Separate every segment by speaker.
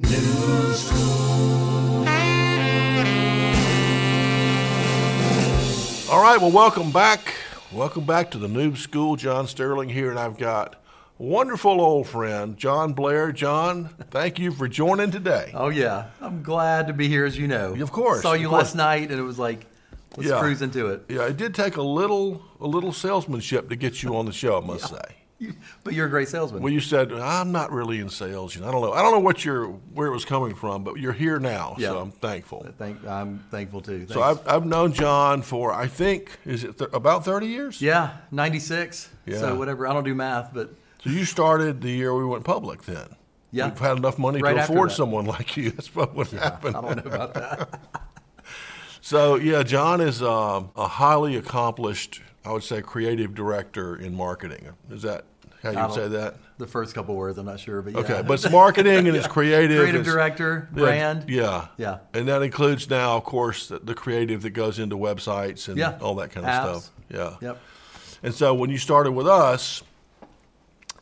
Speaker 1: New school. All right, well, welcome back. Welcome back to the Noob School. John Sterling here, and I've got wonderful old friend John Blair. John, thank you for joining today.
Speaker 2: Oh yeah, I'm glad to be here, as you know.
Speaker 1: Of course,
Speaker 2: saw you
Speaker 1: of course.
Speaker 2: last night, and it was like, let's
Speaker 1: Yeah.
Speaker 2: cruise into it.
Speaker 1: Yeah, it did take a little a little salesmanship to get you on the show, I must say.
Speaker 2: You- But you're a great salesman.
Speaker 1: Well, you said I'm not really in sales. You know, I don't know. I don't know what your where it was coming from, but you're here now, so
Speaker 2: Yeah.
Speaker 1: I'm thankful.
Speaker 2: Thank, I'm thankful too.
Speaker 1: So
Speaker 2: Thanks.
Speaker 1: I've, I've known John for I think is it th- about thirty years.
Speaker 2: yeah, 96.
Speaker 1: Yeah.
Speaker 2: So whatever. I don't do math, but
Speaker 1: So you started the year we went public then.
Speaker 2: Yeah.
Speaker 1: We've had enough money
Speaker 2: Right
Speaker 1: to
Speaker 2: after
Speaker 1: afford
Speaker 2: that.
Speaker 1: someone like you. That's probably what
Speaker 2: I
Speaker 1: happened.
Speaker 2: don't know about that.
Speaker 1: So yeah, John is um, a highly accomplished, I would say, creative director in marketing. Is that how you would say
Speaker 2: don't-
Speaker 1: that?
Speaker 2: The first couple words, I'm not sure, but yeah.
Speaker 1: Okay, but it's marketing and it's creative.
Speaker 2: creative
Speaker 1: it's-
Speaker 2: director,
Speaker 1: yeah,
Speaker 2: brand.
Speaker 1: Yeah.
Speaker 2: Yeah.
Speaker 1: And that includes now, of course, the, the creative that goes into websites and
Speaker 2: Yeah.
Speaker 1: all that kind of
Speaker 2: Apps.
Speaker 1: stuff. Yeah.
Speaker 2: Yep.
Speaker 1: And so when you started with us,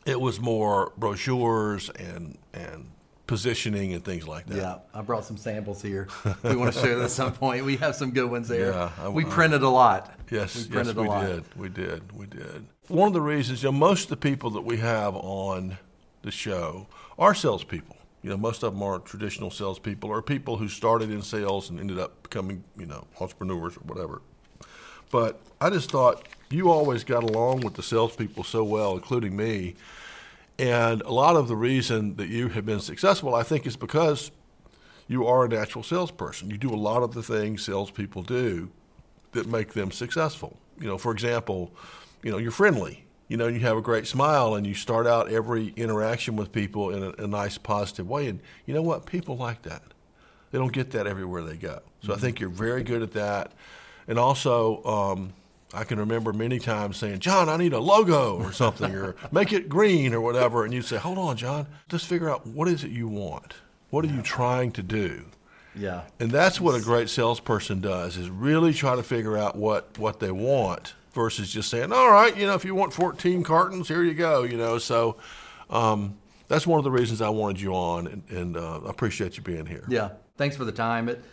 Speaker 1: it was more brochures and and positioning and things like that.
Speaker 2: Yeah, I brought some samples here. We want to share this at some point. We have some good ones there.
Speaker 1: Yeah, I- uh,
Speaker 2: we printed a lot.
Speaker 1: Yes,
Speaker 2: we
Speaker 1: yes,
Speaker 2: printed
Speaker 1: we
Speaker 2: a lot.
Speaker 1: did. We did. We did. One of the reasons, you know, most of the people that we have on the show are salespeople. You know, most of them are traditional salespeople or people who started in sales and ended up becoming, you know, entrepreneurs or whatever. But I just thought you always got along with the salespeople so well, including me. And a lot of the reason that you have been successful, I think, is because you are a natural salesperson. You do a lot of the things salespeople do that make them successful. You know, for example, you know, you're friendly. You know, you have a great smile, and you start out every interaction with people in a, a nice, positive way. And you know what? People like that. They don't get that everywhere they go. So I think you're very good at that. And also, um, I can remember many times saying, John, I need a logo or something, or make it green or whatever. And you'd say, Hold on, John, just figure out what is it you want? What are you trying to do?
Speaker 2: Yeah.
Speaker 1: And that's what a great salesperson does is really try to figure out what, what they want versus just saying, all right, you know, if you want 14 cartons, here you go, you know. So um, that's one of the reasons I wanted you on, and, and uh, I appreciate you being here.
Speaker 2: Yeah. Thanks for the time. It,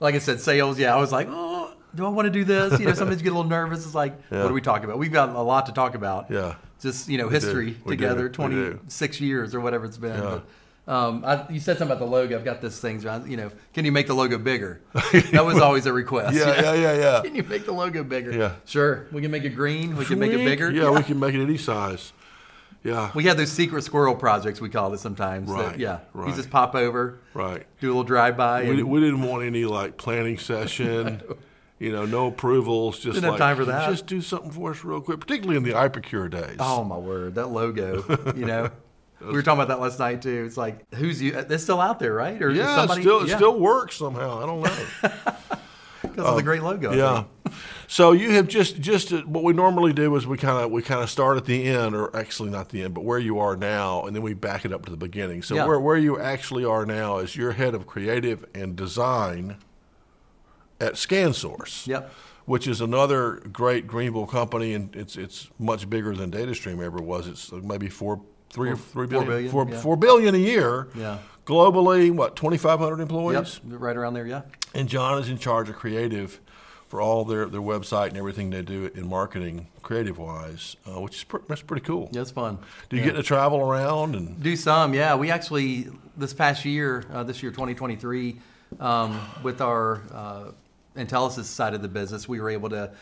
Speaker 2: like I said, sales. Yeah, I was like, oh, do I want to do this? You know, sometimes you get a little nervous. It's like, what are we talking about? We've got a lot to talk about.
Speaker 1: Yeah.
Speaker 2: Just you know, history
Speaker 1: We do.
Speaker 2: together,
Speaker 1: We do.
Speaker 2: twenty six years or whatever it's been. But, um, I, you said something about the logo. I've got this thing. around, You know, can you make the logo bigger? That was always a request.
Speaker 1: Yeah, yeah, yeah, yeah.
Speaker 2: Can you make the logo bigger?
Speaker 1: Yeah.
Speaker 2: Sure. We can make it green. We can make it bigger.
Speaker 1: Yeah, we can make it any size. Yeah.
Speaker 2: We had those secret squirrel projects we called it sometimes. that-
Speaker 1: Right,
Speaker 2: yeah.
Speaker 1: right.
Speaker 2: You just pop over,
Speaker 1: right.
Speaker 2: do a little drive by.
Speaker 1: We, we didn't want any like planning session. You know, no approvals. Just
Speaker 2: Didn't have
Speaker 1: like,
Speaker 2: time for
Speaker 1: "Can you
Speaker 2: that."
Speaker 1: Just do something for us real quick, particularly in the Ipocure days.
Speaker 2: Oh my word, that logo, you know. we were talking about that last night too. It's like who's you it's still out there, right? Or is
Speaker 1: yeah,
Speaker 2: somebody
Speaker 1: it still it
Speaker 2: yeah,
Speaker 1: still works somehow. I don't know.
Speaker 2: because of the great logo. I
Speaker 1: Yeah.
Speaker 2: think.
Speaker 1: So you have just just uh, what we normally do is we kind of we kind of start at the end, or actually not the end, but where you are now, and then we back it up to the beginning. So
Speaker 2: Yeah.
Speaker 1: where where you actually are now is you're head of creative and design at ScanSource.
Speaker 2: Yep.
Speaker 1: Which is another great Greenville company, and it's it's much bigger than DataStream ever was. It's maybe four, three or three
Speaker 2: four
Speaker 1: billion,
Speaker 2: billion,
Speaker 1: four-
Speaker 2: yeah.
Speaker 1: four billion a year.
Speaker 2: Yeah.
Speaker 1: Globally, what twenty five hundred employees?
Speaker 2: Yep, right around there, yeah.
Speaker 1: And John is in charge of creative for all their, their website and everything they do in marketing, creative wise, uh, which is pr- that's pretty cool.
Speaker 2: Yeah, it's fun.
Speaker 1: Do you get to travel around and
Speaker 2: Do some, yeah. We actually this past year, uh, this year 2023, um, with our uh, Intelisys side of the business, we were able to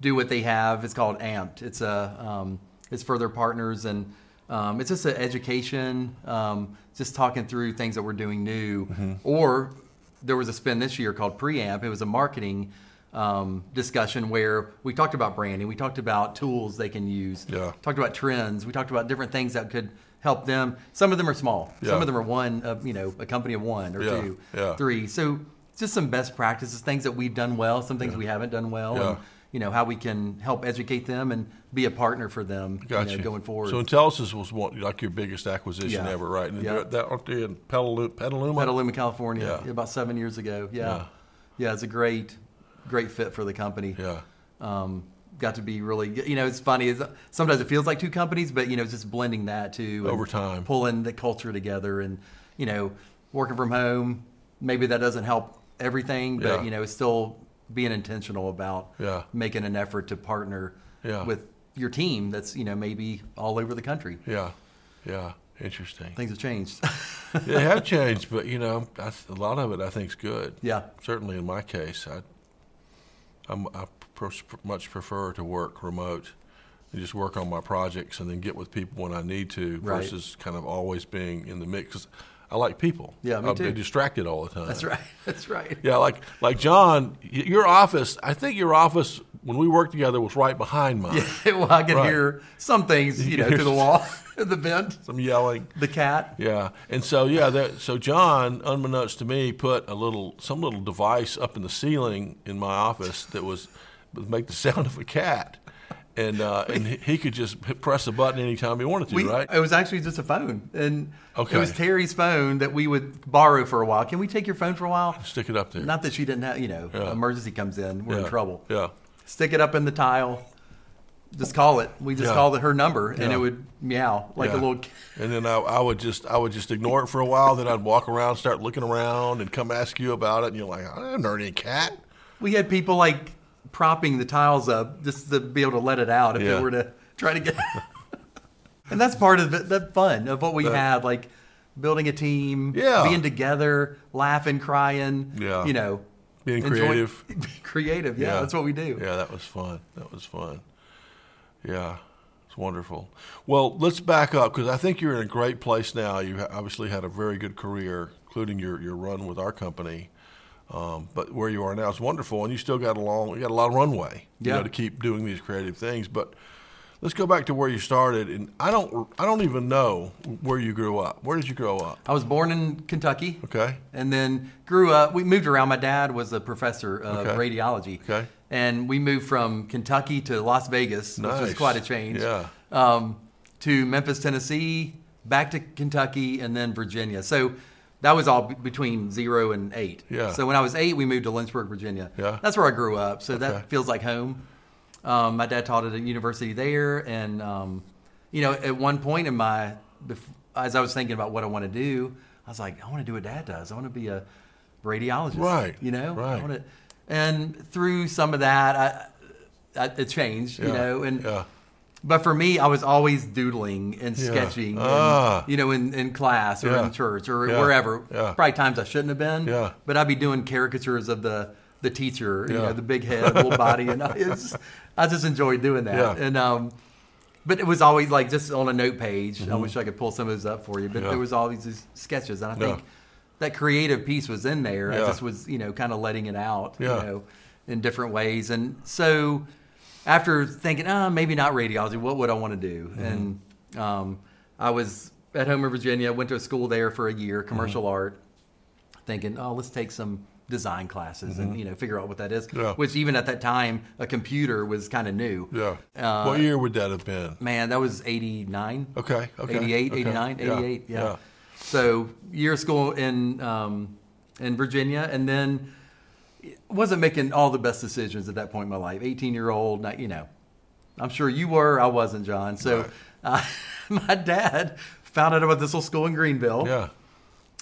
Speaker 2: do what they have. It's called Amped. It's a um, it's for their partners and um, it's just an education, um, just talking through things that we're doing new. Or there was a spin this year called Preamp. It was a marketing. Um, discussion where we talked about branding, we talked about tools they can use,
Speaker 1: Yeah.
Speaker 2: talked about trends. We talked about different things that could help them. Some of them are small.
Speaker 1: Yeah.
Speaker 2: Some of them are one of you know a company of one or
Speaker 1: Yeah,
Speaker 2: two,
Speaker 1: yeah.
Speaker 2: three. So just some best practices, things that we've done well, some things we haven't done well,
Speaker 1: Yeah.
Speaker 2: and you know how we can help educate them and be a partner for them you know,
Speaker 1: Gotcha.
Speaker 2: going forward.
Speaker 1: So Intelisys was one, like your biggest acquisition
Speaker 2: Yeah.
Speaker 1: ever, right? And
Speaker 2: Yeah.
Speaker 1: they're- that aren't they in Petaluma? Petaluma?
Speaker 2: Petaluma, California,
Speaker 1: Yeah.
Speaker 2: about seven years ago. Yeah.
Speaker 1: Yeah.
Speaker 2: yeah, it's a great, great fit for the company.
Speaker 1: Yeah.
Speaker 2: um, got to be really you know it's funny it's, sometimes it feels like two companies but you know it's just blending that too and
Speaker 1: Over time.
Speaker 2: pulling the culture together and you know working from home. Maybe that doesn't help everything, but
Speaker 1: Yeah.
Speaker 2: you know, still being intentional about
Speaker 1: Yeah.
Speaker 2: making an effort to partner
Speaker 1: Yeah.
Speaker 2: with your team that's you know maybe all over the country.
Speaker 1: Yeah, yeah, interesting.
Speaker 2: Things have changed.
Speaker 1: they have changed, but you know, I, a lot of it I think's good.
Speaker 2: yeah,
Speaker 1: Certainly in my case, I I'm, I pers- much prefer to work remote and just work on my projects and then get with people when I need to
Speaker 2: Right.
Speaker 1: versus kind of always being in the mix. 'Cause I like people.
Speaker 2: Yeah, me
Speaker 1: I'll
Speaker 2: too.
Speaker 1: be distracted all the time.
Speaker 2: that's right. That's right.
Speaker 1: Yeah, like like John, y- your office. I think your office when we worked together was right behind mine.
Speaker 2: well, I can
Speaker 1: Right.
Speaker 2: hear some things, you know, through the wall, the vent,
Speaker 1: Some yelling.
Speaker 2: the cat.
Speaker 1: Yeah, and so yeah, that, so John, unbeknownst to me, put a little some little device up in the ceiling in my office that was would make the sound of a cat, and uh, and he- he could just hit- press a button anytime he wanted to,
Speaker 2: We,
Speaker 1: right?
Speaker 2: It was actually just a phone, and
Speaker 1: Okay.
Speaker 2: it was Terry's phone that we would borrow for a while. Can we take your phone for a while?
Speaker 1: Stick it up there.
Speaker 2: Not that she didn't have, you know,
Speaker 1: Yeah.
Speaker 2: emergency comes in, we're
Speaker 1: yeah.
Speaker 2: in trouble.
Speaker 1: Yeah,
Speaker 2: Stick it up in the tile. Just call it. We just
Speaker 1: Yeah.
Speaker 2: called it her number, and
Speaker 1: Yeah.
Speaker 2: it would meow like a
Speaker 1: yeah.
Speaker 2: little. c-
Speaker 1: And then I, I would just I would just ignore it for a while. Then I'd walk around, start looking around, and come ask you about it. And you're like, I haven't heard any cat.
Speaker 2: We had people like propping the tiles up just to be able to let it out if
Speaker 1: Yeah.
Speaker 2: it were to try to get. and that's part of the, the fun of what we
Speaker 1: That-
Speaker 2: had, like building a team,
Speaker 1: Yeah.
Speaker 2: being together, laughing, crying,
Speaker 1: Yeah.
Speaker 2: you know,
Speaker 1: Being
Speaker 2: enjoy-
Speaker 1: creative.
Speaker 2: being creative, yeah, that's what we do.
Speaker 1: Yeah, that was fun. That was fun. Yeah, it's wonderful. Well, let's back up because I think you're in a great place now. You ha- obviously had a very good career, including your, your run with our company. Um, but where you are now is wonderful, and you still got a long, you got a lot of runway, you know,
Speaker 2: Yeah.
Speaker 1: to keep doing these creative things. But let's go back to where you started, and I don't, I don't even know where you grew up. Where did you grow up?
Speaker 2: I was born in Kentucky.
Speaker 1: Okay,
Speaker 2: And then grew up, we moved around. My dad was a professor of
Speaker 1: Okay.
Speaker 2: radiology.
Speaker 1: Okay.
Speaker 2: And we moved from Kentucky to Las Vegas, which
Speaker 1: Nice.
Speaker 2: was quite a change.
Speaker 1: Yeah.
Speaker 2: Um, to Memphis, Tennessee, back to Kentucky, and then Virginia. So that was all b- between zero and eight.
Speaker 1: Yeah.
Speaker 2: So when I was eight, we moved to Lynchburg, Virginia.
Speaker 1: Yeah.
Speaker 2: That's where I grew up. So
Speaker 1: Okay.
Speaker 2: that feels like home. Um, my dad taught at a university there, and um, you know, at one point in my, bef- as I was thinking about what I want to do, I was like, I want to do what Dad does. I want to be a radiologist,
Speaker 1: Right,
Speaker 2: You know,
Speaker 1: right.
Speaker 2: I want to, and through some of that, I, I it changed, you
Speaker 1: Yeah,
Speaker 2: know, and
Speaker 1: yeah.
Speaker 2: but for me, I was always doodling and sketching, and,
Speaker 1: Ah.
Speaker 2: you know, in, in class or
Speaker 1: Yeah.
Speaker 2: in church or
Speaker 1: Yeah.
Speaker 2: wherever.
Speaker 1: Yeah.
Speaker 2: Probably times I shouldn't have been.
Speaker 1: Yeah.
Speaker 2: But I'd be doing caricatures of the the teacher, you
Speaker 1: Yeah.
Speaker 2: know, the big head, little body, and I, it's, I just enjoyed doing that.
Speaker 1: Yeah.
Speaker 2: And um, but it was always like just on a note page. I wish I could pull some of those up for you, but
Speaker 1: Mm-hmm. Yeah.
Speaker 2: there was always these sketches, and I think
Speaker 1: Yeah.
Speaker 2: that creative piece was in there.
Speaker 1: Yeah.
Speaker 2: I just was, you know, kind of letting it out,
Speaker 1: Yeah.
Speaker 2: you know, in different ways. And so after thinking, ah, maybe not radiology, what would I want to do?
Speaker 1: Mm-hmm.
Speaker 2: And um, I was at home in Virginia, went to a school there for a year, commercial
Speaker 1: Mm-hmm.
Speaker 2: art, thinking, oh, let's take some design classes and, you know, figure out what that is.
Speaker 1: Mm-hmm. Yeah.
Speaker 2: Which even at that time, a computer was kind of new.
Speaker 1: yeah.
Speaker 2: Uh,
Speaker 1: what year would that have been?
Speaker 2: Man, that was 89.
Speaker 1: Okay, okay,
Speaker 2: 88,
Speaker 1: okay.
Speaker 2: 89,
Speaker 1: Yeah,
Speaker 2: 88. Yeah.
Speaker 1: yeah.
Speaker 2: So year of school in um, in Virginia, and then wasn't making all the best decisions at that point in my life. 18 year old, not, you know, I'm sure you were. I wasn't, John. So uh, my dad found out about this little school in Greenville.
Speaker 1: Yeah,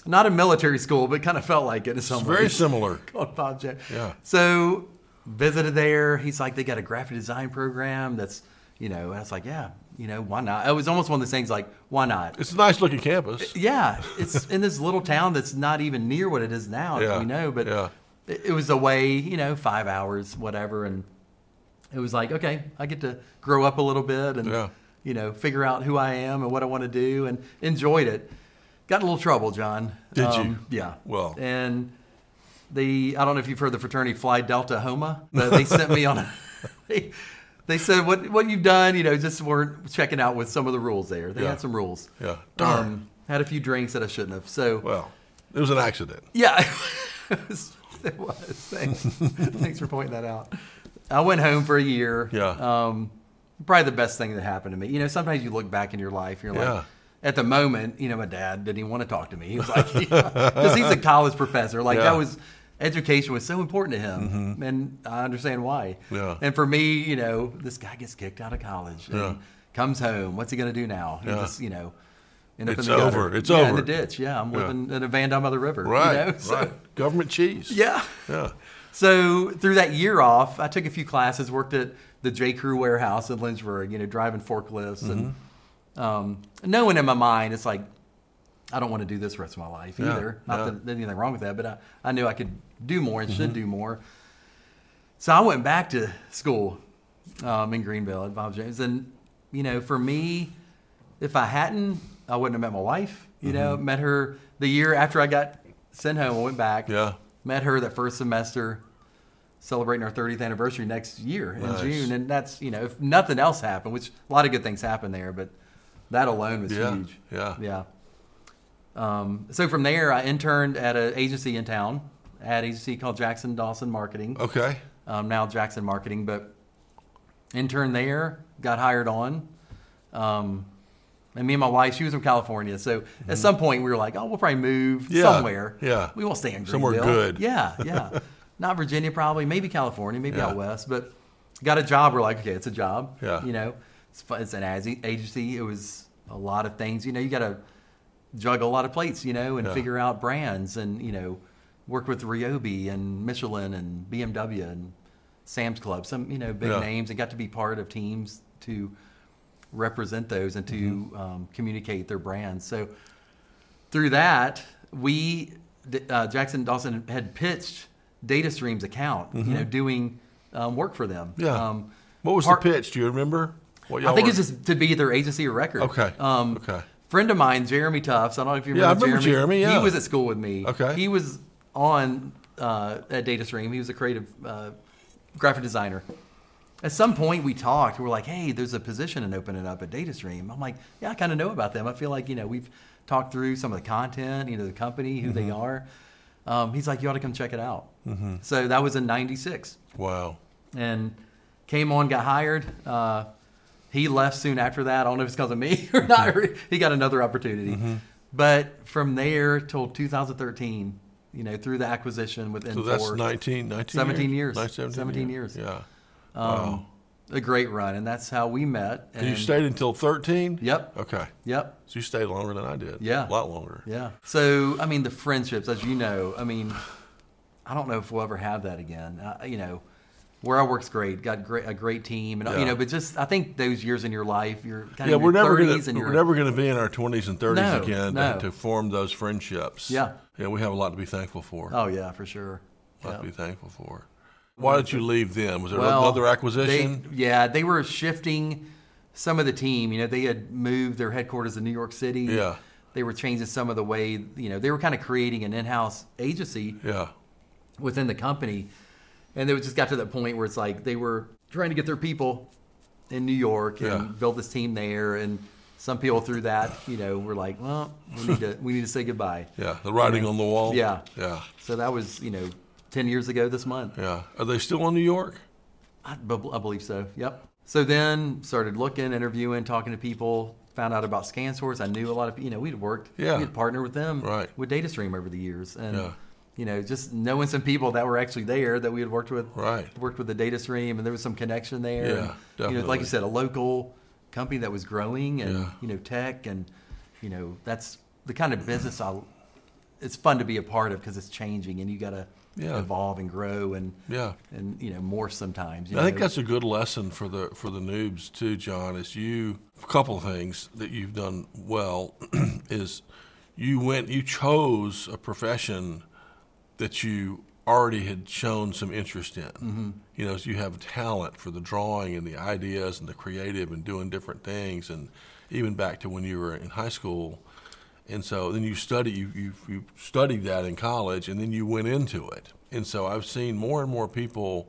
Speaker 2: Not a military school, but kind of felt like it in some
Speaker 1: it's
Speaker 2: ways
Speaker 1: very similar.
Speaker 2: called Bob Jack.
Speaker 1: Yeah.
Speaker 2: So visited there. He's like, they got a graphic design program that's, you know, and I was like, yeah, you know, why not? It was almost one of those things like, why not?
Speaker 1: It's a nice looking campus.
Speaker 2: Yeah, it's in this little town that's not even near what it is now,
Speaker 1: Yeah,
Speaker 2: as we know, but
Speaker 1: yeah.
Speaker 2: it, it was away, you know, five hours, whatever. And it was like, okay, I get to grow up a little bit and,
Speaker 1: Yeah.
Speaker 2: you know, figure out who I am and what I want to do and enjoyed it. Got in a little trouble, John. Um,
Speaker 1: Did you?
Speaker 2: Yeah.
Speaker 1: Well.
Speaker 2: and the I don't know if you've heard the fraternity Phi Delta Homa, but they sent me on a. They, they said what what you've done, you know, just weren't checking out with some of the rules there. They
Speaker 1: Yeah.
Speaker 2: had some rules.
Speaker 1: Yeah. Darn.
Speaker 2: Um, had a few drinks that I shouldn't have. So
Speaker 1: Well, it was an accident.
Speaker 2: yeah, it was. It was. Thanks. Thanks for pointing that out. I went home for a year.
Speaker 1: Yeah.
Speaker 2: Um, probably the best thing that happened to me. You know, sometimes you look back in your life, you're like,
Speaker 1: Yeah.
Speaker 2: at the moment, you know, my dad didn't even want to talk to me. He was like, because he's a college professor. Like
Speaker 1: Yeah. Mm-hmm.
Speaker 2: that was education was so important to him, and I understand why.
Speaker 1: Yeah.
Speaker 2: And for me, you know, this guy gets kicked out of college and
Speaker 1: Yeah.
Speaker 2: comes home. What's he going to do now? He
Speaker 1: Yeah.
Speaker 2: just, you know, end up
Speaker 1: It's
Speaker 2: in the gutter.
Speaker 1: over. It's
Speaker 2: yeah, in
Speaker 1: over.
Speaker 2: the ditch. Yeah, I'm living in a van down by the river. you
Speaker 1: Right.
Speaker 2: know, so-
Speaker 1: right. Government cheese.
Speaker 2: Yeah.
Speaker 1: Yeah.
Speaker 2: So through that year off, I took a few classes, worked at the J. Crew warehouse in Lynchburg, you know, driving forklifts and
Speaker 1: Mm-hmm.
Speaker 2: um, knowing in my mind, it's like, I don't want to do this the rest of my life
Speaker 1: Yeah,
Speaker 2: either.
Speaker 1: yeah.
Speaker 2: Not
Speaker 1: Mm-hmm.
Speaker 2: that there's anything wrong with that, but I, I knew I could do more and should do more. So I went back to school um, in Greenville at Bob James. And, you know, for me, if I hadn't, I wouldn't have met my wife. You know,
Speaker 1: Mm-hmm.
Speaker 2: met her the year after I got sent home. I went back.
Speaker 1: Yeah.
Speaker 2: Met her that first semester, celebrating our 30th anniversary next year in
Speaker 1: Nice.
Speaker 2: June. And that's, you know, if nothing else happened, which a lot of good things happened there, but that alone was
Speaker 1: Yeah,
Speaker 2: huge.
Speaker 1: yeah.
Speaker 2: Yeah. Um, so from there, I interned at an agency in town, ad agency called Jackson Dawson Marketing
Speaker 1: Okay.
Speaker 2: um, now Jackson Marketing, but intern there, got hired on. Um, and me and my wife, she was from California. So at some point we were like, oh, we'll probably move
Speaker 1: Mm-hmm. Yeah,
Speaker 2: somewhere.
Speaker 1: yeah.
Speaker 2: We won't stay in
Speaker 1: Somewhere
Speaker 2: Greenville.
Speaker 1: good.
Speaker 2: Yeah, yeah. Not Virginia, probably, maybe California, maybe
Speaker 1: Yeah.
Speaker 2: out west, but got a job. We're like, okay, it's a job.
Speaker 1: Yeah.
Speaker 2: You know, it's, fu- it's an as- agency. It was a lot of things. You know, you got to juggle a lot of plates, you know, and
Speaker 1: Yeah.
Speaker 2: figure out brands and, you know, work with Ryobi and Michelin and BMW and Sam's Club, some, you know, big
Speaker 1: Yeah.
Speaker 2: names and got to be part of teams to represent those and to
Speaker 1: Mm-hmm.
Speaker 2: um, communicate their brands. So through that, we, d- uh, Jackson Dawson had pitched Data Streams account, you know, doing um, work for them.
Speaker 1: Mm-hmm. Yeah.
Speaker 2: Um,
Speaker 1: what was
Speaker 2: part-
Speaker 1: the pitch? Do you remember? What
Speaker 2: I think
Speaker 1: were-
Speaker 2: it's just to be their agency of record.
Speaker 1: Okay.
Speaker 2: Um,
Speaker 1: Okay.
Speaker 2: Friend of mine, Jeremy Tufts. I don't know if you
Speaker 1: Yeah, I
Speaker 2: remember.
Speaker 1: remember Jeremy, yeah.
Speaker 2: He was at school with me.
Speaker 1: Okay.
Speaker 2: He was on uh, at DataStream. He was a creative uh, graphic designer. At some point, we talked. We're like, "Hey, there's a position in opening up at DataStream." I'm like, "Yeah, I kind of know about them. I feel like you know we've talked through some of the content, you know, the company, who
Speaker 1: Mm-hmm.
Speaker 2: they are." Um, he's like, "You ought to come check it out." So that was in '96
Speaker 1: Wow.
Speaker 2: and came on, got hired. Uh, he left soon after that. I don't know if it's because of me or not.
Speaker 1: Mm-hmm.
Speaker 2: he got another opportunity. But from there till 2013, you know, through the acquisition with
Speaker 1: So
Speaker 2: N4,
Speaker 1: that's 19, 19
Speaker 2: 17 years.
Speaker 1: Nice 17,
Speaker 2: 17
Speaker 1: years.
Speaker 2: years.
Speaker 1: Yeah.
Speaker 2: um, a great run. And that's how we met.
Speaker 1: And you
Speaker 2: and-
Speaker 1: stayed until 13?
Speaker 2: Yep.
Speaker 1: Okay.
Speaker 2: Yep.
Speaker 1: So you stayed longer than I did.
Speaker 2: Yeah.
Speaker 1: A lot longer.
Speaker 2: Yeah. So, I mean, the friendships, as you know, I mean, I don't know if we'll ever have that again. Uh, you know, where I work's great, got great, a great team, and
Speaker 1: Yeah.
Speaker 2: you know, but just I think those years in your life, you're kind
Speaker 1: Yeah,
Speaker 2: of
Speaker 1: we're never
Speaker 2: thirties
Speaker 1: gonna
Speaker 2: and
Speaker 1: we're
Speaker 2: you're
Speaker 1: never gonna be in our twenties and thirties
Speaker 2: No,
Speaker 1: again
Speaker 2: no.
Speaker 1: to, to form those friendships.
Speaker 2: Yeah.
Speaker 1: yeah, we have a lot to be thankful for.
Speaker 2: oh yeah, for sure.
Speaker 1: a lot
Speaker 2: Yeah.
Speaker 1: to be thankful for. Why did you leave then? Was there
Speaker 2: Well,
Speaker 1: another acquisition?
Speaker 2: They, yeah, they were shifting some of the team. You know, they had moved their headquarters to New York City.
Speaker 1: Yeah.
Speaker 2: They were changing some of the way, you know, they were kind of creating an in-house agency
Speaker 1: yeah,
Speaker 2: within the company. And they just got to that point where it's like they were trying to get their people in New York and
Speaker 1: Yeah.
Speaker 2: build this team there. And some people through that, you know, were like, well, we need to, we need to say goodbye.
Speaker 1: yeah. The writing on the wall.
Speaker 2: Yeah.
Speaker 1: yeah,
Speaker 2: So that was, you know, 10 years ago this month.
Speaker 1: yeah. Are they still in New York?
Speaker 2: I, bu- I believe so. Yep. So then started looking, interviewing, talking to people, found out about ScanSource. I knew a lot of, you know, we'd worked,
Speaker 1: Yeah.
Speaker 2: we'd partnered with them
Speaker 1: Right.
Speaker 2: with DataStream over the years. And,
Speaker 1: Yeah.
Speaker 2: you know, just knowing some people that were actually there that we had worked with,
Speaker 1: Right.
Speaker 2: worked with the DataStream and there was some connection there.
Speaker 1: Yeah,
Speaker 2: and, You know,
Speaker 1: definitely.
Speaker 2: like you said, a local company that was growing and,
Speaker 1: Yeah.
Speaker 2: you know, tech and, you know, that's the kind of business I, it's fun to be a part of because it's changing and you got to
Speaker 1: Yeah.
Speaker 2: evolve and grow and,
Speaker 1: Yeah.
Speaker 2: and, you know, more sometimes. you
Speaker 1: I think
Speaker 2: know.
Speaker 1: that's a good lesson for the for the noobs too, John. Is you a couple of things that you've done well is you went you chose a profession that you already had shown some interest in.
Speaker 2: Mm-hmm.
Speaker 1: You know, so you have talent for the drawing and the ideas and the creative and doing different things, and even back to when you were in high school. And so then you study you, you you studied that in college, and then you went into it. And so I've seen more and more people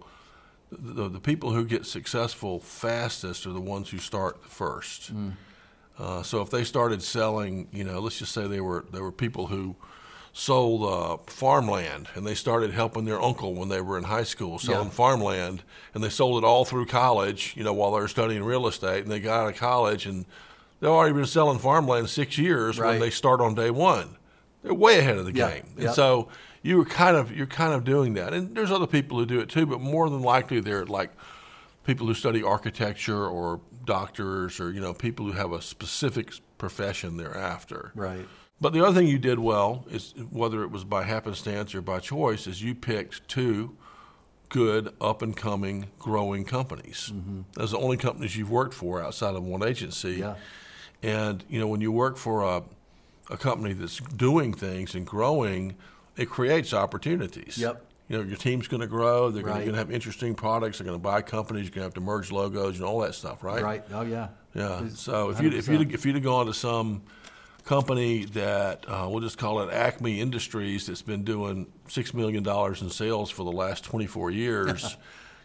Speaker 1: the, the people who get successful fastest are the ones who start first.
Speaker 2: Hmm.
Speaker 1: Uh, so if they started selling, you know, let's just say they were they were people who sold uh, farmland, and they started helping their uncle when they were in high school selling
Speaker 2: Yeah.
Speaker 1: farmland, and they sold it all through college, you know, while they were studying real estate, and they got out of college and they've already been selling farmland six years when
Speaker 2: Right.
Speaker 1: they start on day one. They're way ahead of the
Speaker 2: Yeah,
Speaker 1: game, and
Speaker 2: yeah.
Speaker 1: so so you were kind of you're kind of doing that, and there's other people who do it too, but more than likely they're like people who study architecture or doctors or you know people who have a specific profession they're after.
Speaker 2: Right.
Speaker 1: But the other thing you did well is whether it was by happenstance or by choice is you picked two good up and coming growing companies. Those are the only companies you've worked for outside of one agency.
Speaker 2: Mm-hmm. Yeah.
Speaker 1: And you know when you work for a a company that's doing things and growing, it creates opportunities.
Speaker 2: Yep.
Speaker 1: You know your team's going to grow. They're
Speaker 2: Right.
Speaker 1: going to have interesting products. They're going to buy companies. You're going to have to merge logos and all that stuff, right?
Speaker 2: Right. Oh yeah.
Speaker 1: Yeah.
Speaker 2: It's
Speaker 1: So if you if
Speaker 2: 100%.
Speaker 1: you if you'd have gone to some company that uh, we'll just call it Acme Industries that's been doing six million dollars in sales for the last twenty four years,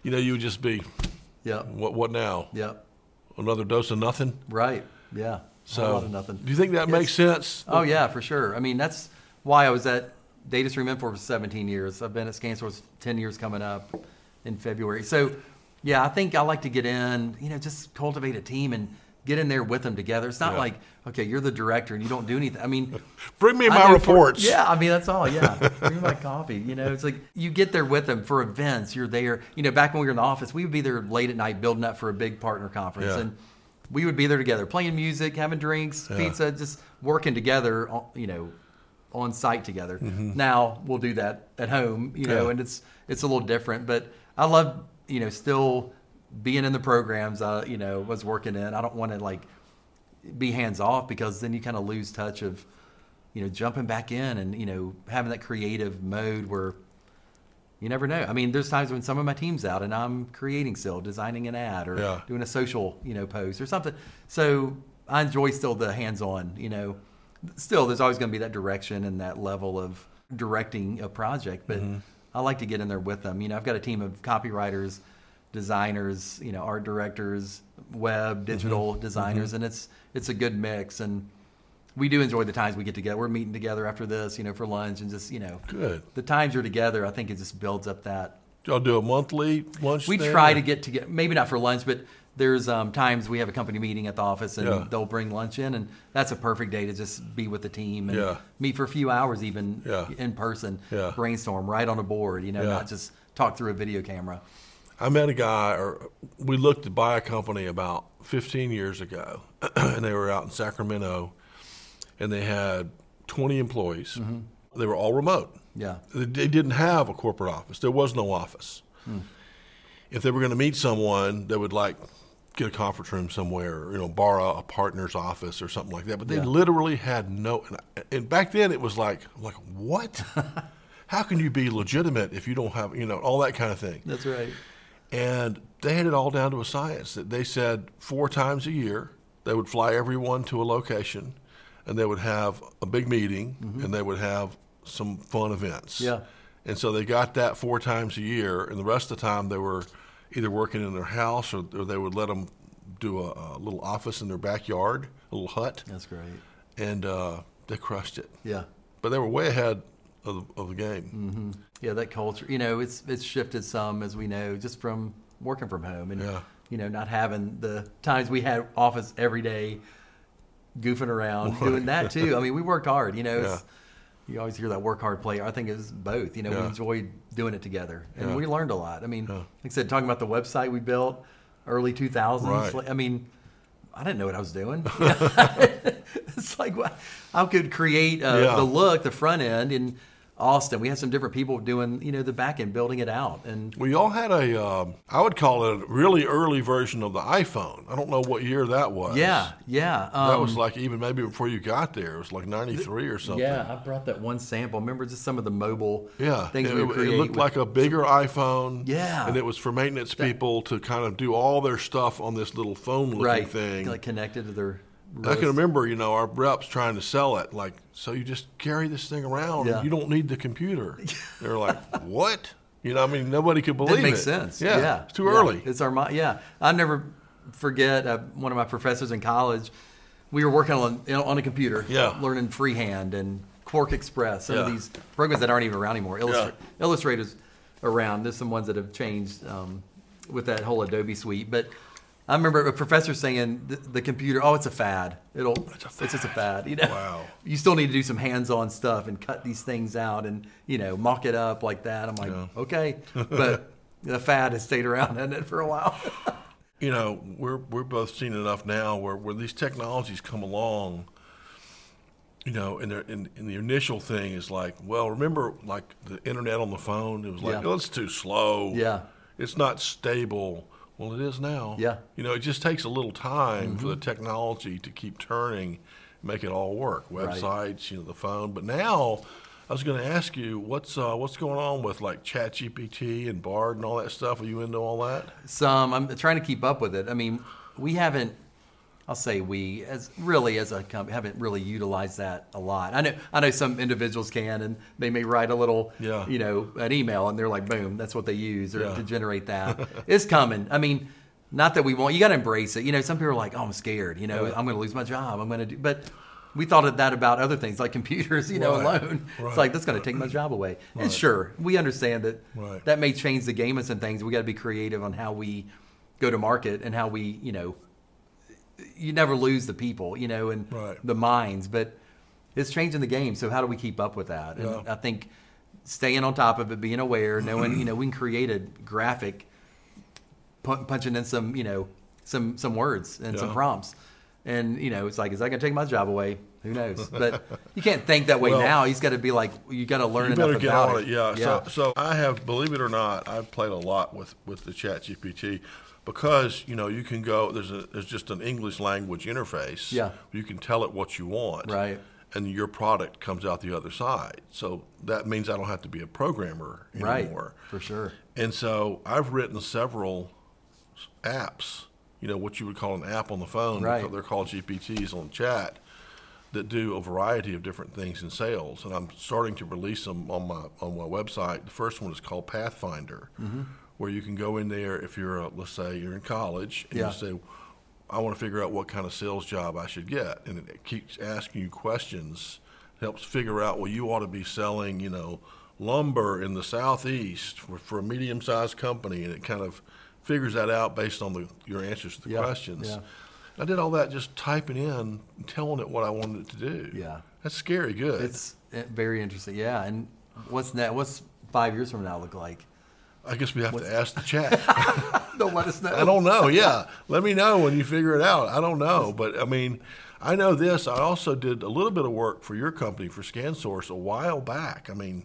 Speaker 1: you know, you would just be
Speaker 2: Yep.
Speaker 1: what what now?
Speaker 2: Yep.
Speaker 1: Another dose of nothing.
Speaker 2: Right. Yeah.
Speaker 1: So
Speaker 2: a lot of nothing.
Speaker 1: Do you think that makes sense?
Speaker 2: Oh yeah, for sure. I mean, that's why I was at Data Stream Info for 17 years. I've been at ScanSource 10 years coming up in February. So, yeah, I think I like to get in. You know, just cultivate a team and get in there with them together. It's not
Speaker 1: Yeah.
Speaker 2: like okay, you're the director and you don't do anything. I mean,
Speaker 1: Bring me
Speaker 2: I
Speaker 1: my
Speaker 2: know for-
Speaker 1: reports.
Speaker 2: yeah, I mean that's all. Yeah, bring my coffee. You know, it's like you get there with them for events. You're there. You know, back when we were in the office, we would be there late at night building up for a big partner conference,
Speaker 1: Yeah.
Speaker 2: and we would be there together, playing music, having drinks,
Speaker 1: Yeah.
Speaker 2: pizza, just working together. on- You know, on site together.
Speaker 1: Mm-hmm.
Speaker 2: Now we'll do that at home. You know,
Speaker 1: Yeah.
Speaker 2: and it's it's a little different, but I love you know still being in the programs. I you know was working in. I don't want to like be hands off because then you kind of lose touch of you know jumping back in and you know having that creative mode where you never know. I mean, there's times when some of my team's out and I'm creating still, designing an ad or
Speaker 1: Yeah.
Speaker 2: doing a social you know post or something. So I enjoy still the hands on. You know, still there's always going to be that direction and that level of directing a project, but I like to get in there with them. You know, I've got a team of copywriters designers, you know, art directors, web, digital designers, and it's it's a good mix. And we do enjoy the times we get together. We're meeting together after this, you know, for lunch and just you know,
Speaker 1: Good.
Speaker 2: the times you're together. I think it just builds up that.
Speaker 1: Y'all do a monthly lunch.
Speaker 2: We
Speaker 1: thing,
Speaker 2: try
Speaker 1: or-
Speaker 2: to get together, maybe not for lunch, but there's um, times we have a company meeting at the office and
Speaker 1: Yeah.
Speaker 2: they'll bring lunch in, and that's a perfect day to just be with the team and
Speaker 1: Yeah.
Speaker 2: meet for a few hours, even
Speaker 1: Yeah.
Speaker 2: in person,
Speaker 1: Yeah.
Speaker 2: brainstorm right on a board, you know,
Speaker 1: Yeah.
Speaker 2: not just talk through a video camera.
Speaker 1: I met a guy, or we looked to buy a company about 15 years ago, and they were out in Sacramento, and they had 20 employees. They were all remote.
Speaker 2: Mm-hmm. Yeah.
Speaker 1: They they didn't have a corporate office. There was no office.
Speaker 2: Mm.
Speaker 1: If they were going to meet someone, they would like get a conference room somewhere, or, you know, borrow a partner's office or something like that. But they
Speaker 2: Yeah.
Speaker 1: literally had no. And, I- and back then, it was like, I'm like what? How can you be legitimate if you don't have, you know, all that kind of thing?
Speaker 2: That's right.
Speaker 1: And they had it all down to a science that they said four times a year they would fly everyone to a location and they would have a big meeting and they would have some fun events.
Speaker 2: Yeah.
Speaker 1: And so they got that four times a year, and the rest of the time they were either working in their house or, or they would let them do a, a little office in their backyard, a little hut,
Speaker 2: That's great.
Speaker 1: and uh, they crushed it.
Speaker 2: Yeah,
Speaker 1: But they were way ahead of, of the game.
Speaker 2: yeah, that culture. You know, it's it's shifted some as we know, just from working from home and
Speaker 1: Yeah.
Speaker 2: you know not having the times we had office every day, goofing around, doing that too. I mean, we worked hard. You know, it's, you always hear that work hard, play. hard. I think it was both. You know, we
Speaker 1: Yeah.
Speaker 2: enjoyed doing it together, and
Speaker 1: Yeah.
Speaker 2: we learned a lot. I mean, like I said, talking about the website we built, early two thousands.
Speaker 1: Right.
Speaker 2: I mean. I didn't know what I was doing. it's like wha- I could create uh,
Speaker 1: Yeah.
Speaker 2: the look, the front end in Austin. We had some different people doing, you know, the back end, building it out, and
Speaker 1: We all had a, um, I would call it a really early version of the iPhone. I don't know what year that was.
Speaker 2: yeah, yeah, um,
Speaker 1: That was like even maybe before you got there. It was like 93 or something.
Speaker 2: yeah. I brought that one sample. Remember just some of the mobile
Speaker 1: Yeah.
Speaker 2: things
Speaker 1: it,
Speaker 2: we
Speaker 1: it
Speaker 2: would create.
Speaker 1: looked
Speaker 2: with-
Speaker 1: like a bigger iPhone.
Speaker 2: Yeah.
Speaker 1: And it was for maintenance people to kind of do all their stuff on this little phone looking
Speaker 2: right
Speaker 1: thing.
Speaker 2: like connected to their.
Speaker 1: I
Speaker 2: Wrist.
Speaker 1: can remember, you know, our reps trying to sell it. Like, so you just carry this thing around
Speaker 2: Yeah.
Speaker 1: and you don't need the computer. they were like, what? You know, I mean, nobody could believe
Speaker 2: It
Speaker 1: it.
Speaker 2: makes sense. Yeah,
Speaker 1: Yeah. It's too
Speaker 2: Yeah.
Speaker 1: early.
Speaker 2: It's our mi- yeah. I never forget uh, one of my professors in college. We were working on you know, on a computer,
Speaker 1: Yeah.
Speaker 2: learning freehand and Quark Express. Some of
Speaker 1: Yeah.
Speaker 2: these programs that aren't even around anymore. Illustra-
Speaker 1: Yeah.
Speaker 2: Illustrators around. There's some ones that have changed um, with that whole Adobe suite, but. I remember a professor saying the, the computer, oh, it's a fad. It'll, it's, just a fad. You know,
Speaker 1: Wow.
Speaker 2: you still need to do some hands-on stuff and cut these things out and you know mock it up like that. I'm like, okay, but the fad has stayed around in it for a while.
Speaker 1: you know, we're we're both seeing enough now where, where these technologies come along, you know, and, they're- and and the initial thing is like, well, remember like the internet on the phone? It was like,
Speaker 2: Yeah.
Speaker 1: oh, it's too slow.
Speaker 2: Yeah.
Speaker 1: It's not stable. Well, it is now.
Speaker 2: Yeah. Mm-hmm.
Speaker 1: You know, it just takes a little time for the technology to keep turning, make it all work. Websites, you know, the phone. But now, I was going to ask you, what's uh, what's going on with like ChatGPT and Bard and all that stuff? Are you into all that?
Speaker 2: some. I'm trying to keep up with it. I mean, we haven't. I'll say we as really as a company haven't really utilized that a lot. I know I know some individuals can, and they may write a little,
Speaker 1: Yeah.
Speaker 2: you know, an email, and they're like, boom, that's what they use or
Speaker 1: Yeah.
Speaker 2: to generate that. it's coming. I mean, not that we want. You got to embrace it. You know, some people are like, oh, I'm scared. You know, I'm going to lose my job. I'm going to do, but. We thought of that about other things like computers, you know,
Speaker 1: Right.
Speaker 2: alone.
Speaker 1: Right.
Speaker 2: It's like that's going to take my job away. And sure, we understand that
Speaker 1: Right.
Speaker 2: that may change the game and some things. We got to be creative on how we go to market and how we, you know, you never lose the people, you know, and
Speaker 1: Right.
Speaker 2: the minds, but it's changing the game. So how do we keep up with that? And
Speaker 1: Yeah.
Speaker 2: I think staying on top of it, being aware, knowing, you know, we can create a graphic pu- punching in some, you know, some some words and some
Speaker 1: Yeah.
Speaker 2: prompts. And you know, it's like, is that going to take my job away? Who knows? But you can't think that way
Speaker 1: Well,
Speaker 2: now. He's got to be like, you got to learn
Speaker 1: You
Speaker 2: enough
Speaker 1: better get
Speaker 2: about
Speaker 1: on it.
Speaker 2: it.
Speaker 1: Yeah. So, so I have, believe it or not, I've played a lot with with the Chat GPT because you know you can go. There's a there's just an English language interface.
Speaker 2: Yeah.
Speaker 1: You can tell it what you want.
Speaker 2: Right.
Speaker 1: And your product comes out the other side. So that means I don't have to be a programmer
Speaker 2: right,
Speaker 1: anymore.
Speaker 2: for sure.
Speaker 1: And so I've written several s- apps, you know, what you would call an app on the phone.
Speaker 2: Right.
Speaker 1: They're- They're called GPTs on chat that do a variety of different things in sales. And I'm starting to release them on my, on my website. The first one is called Pathfinder,
Speaker 2: Mm-hmm.
Speaker 1: where you can go in there if you're, uh let's say, you're in college and
Speaker 2: Yeah.
Speaker 1: you say, I want to figure out what kind of sales job I should get. And it keeps asking you questions, helps figure out, well, you ought to be selling, you know, lumber in the southeast for, for a medium sized company. And it kind of figures that out based on the, your answers to the
Speaker 2: Yeah,
Speaker 1: questions.
Speaker 2: yeah.
Speaker 1: I did all that just typing in and telling it what I wanted it to do.
Speaker 2: Yeah.
Speaker 1: That's scary good.
Speaker 2: It's uh, very interesting. Yeah, and what's that? What's five years from now look like?
Speaker 1: I guess we have to ask the chat.
Speaker 2: Don't let us know.
Speaker 1: I don't know. Yeah, let me know when you figure it out. I don't know, but I mean, I know this. I also did a little bit of work for your company for ScanSource a while back. I mean,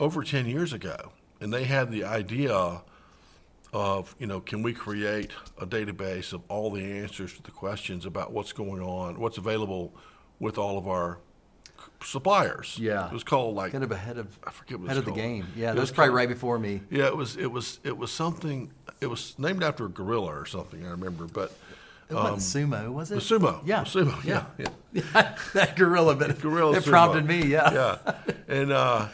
Speaker 1: over ten years ago, and they had the idea of you know, can we create a database of all the answers to the questions about what's going on, what's available with all of our suppliers?
Speaker 2: Yeah.
Speaker 1: it was called like
Speaker 2: Kind of ahead of
Speaker 1: I forget what it's
Speaker 2: ahead of the
Speaker 1: called.
Speaker 2: game. Yeah,
Speaker 1: It
Speaker 2: that's
Speaker 1: was
Speaker 2: probably
Speaker 1: called-
Speaker 2: right before me.
Speaker 1: yeah, it was it was it was something. It was named after a gorilla or something. I remember, but
Speaker 2: It wasn't sumo, was it?
Speaker 1: the um, sumo.
Speaker 2: Yeah.
Speaker 1: sumo. Yeah, yeah.
Speaker 2: that gorilla, but
Speaker 1: Gorilla.
Speaker 2: it
Speaker 1: sumo.
Speaker 2: prompted me. Yeah.
Speaker 1: yeah. And uh,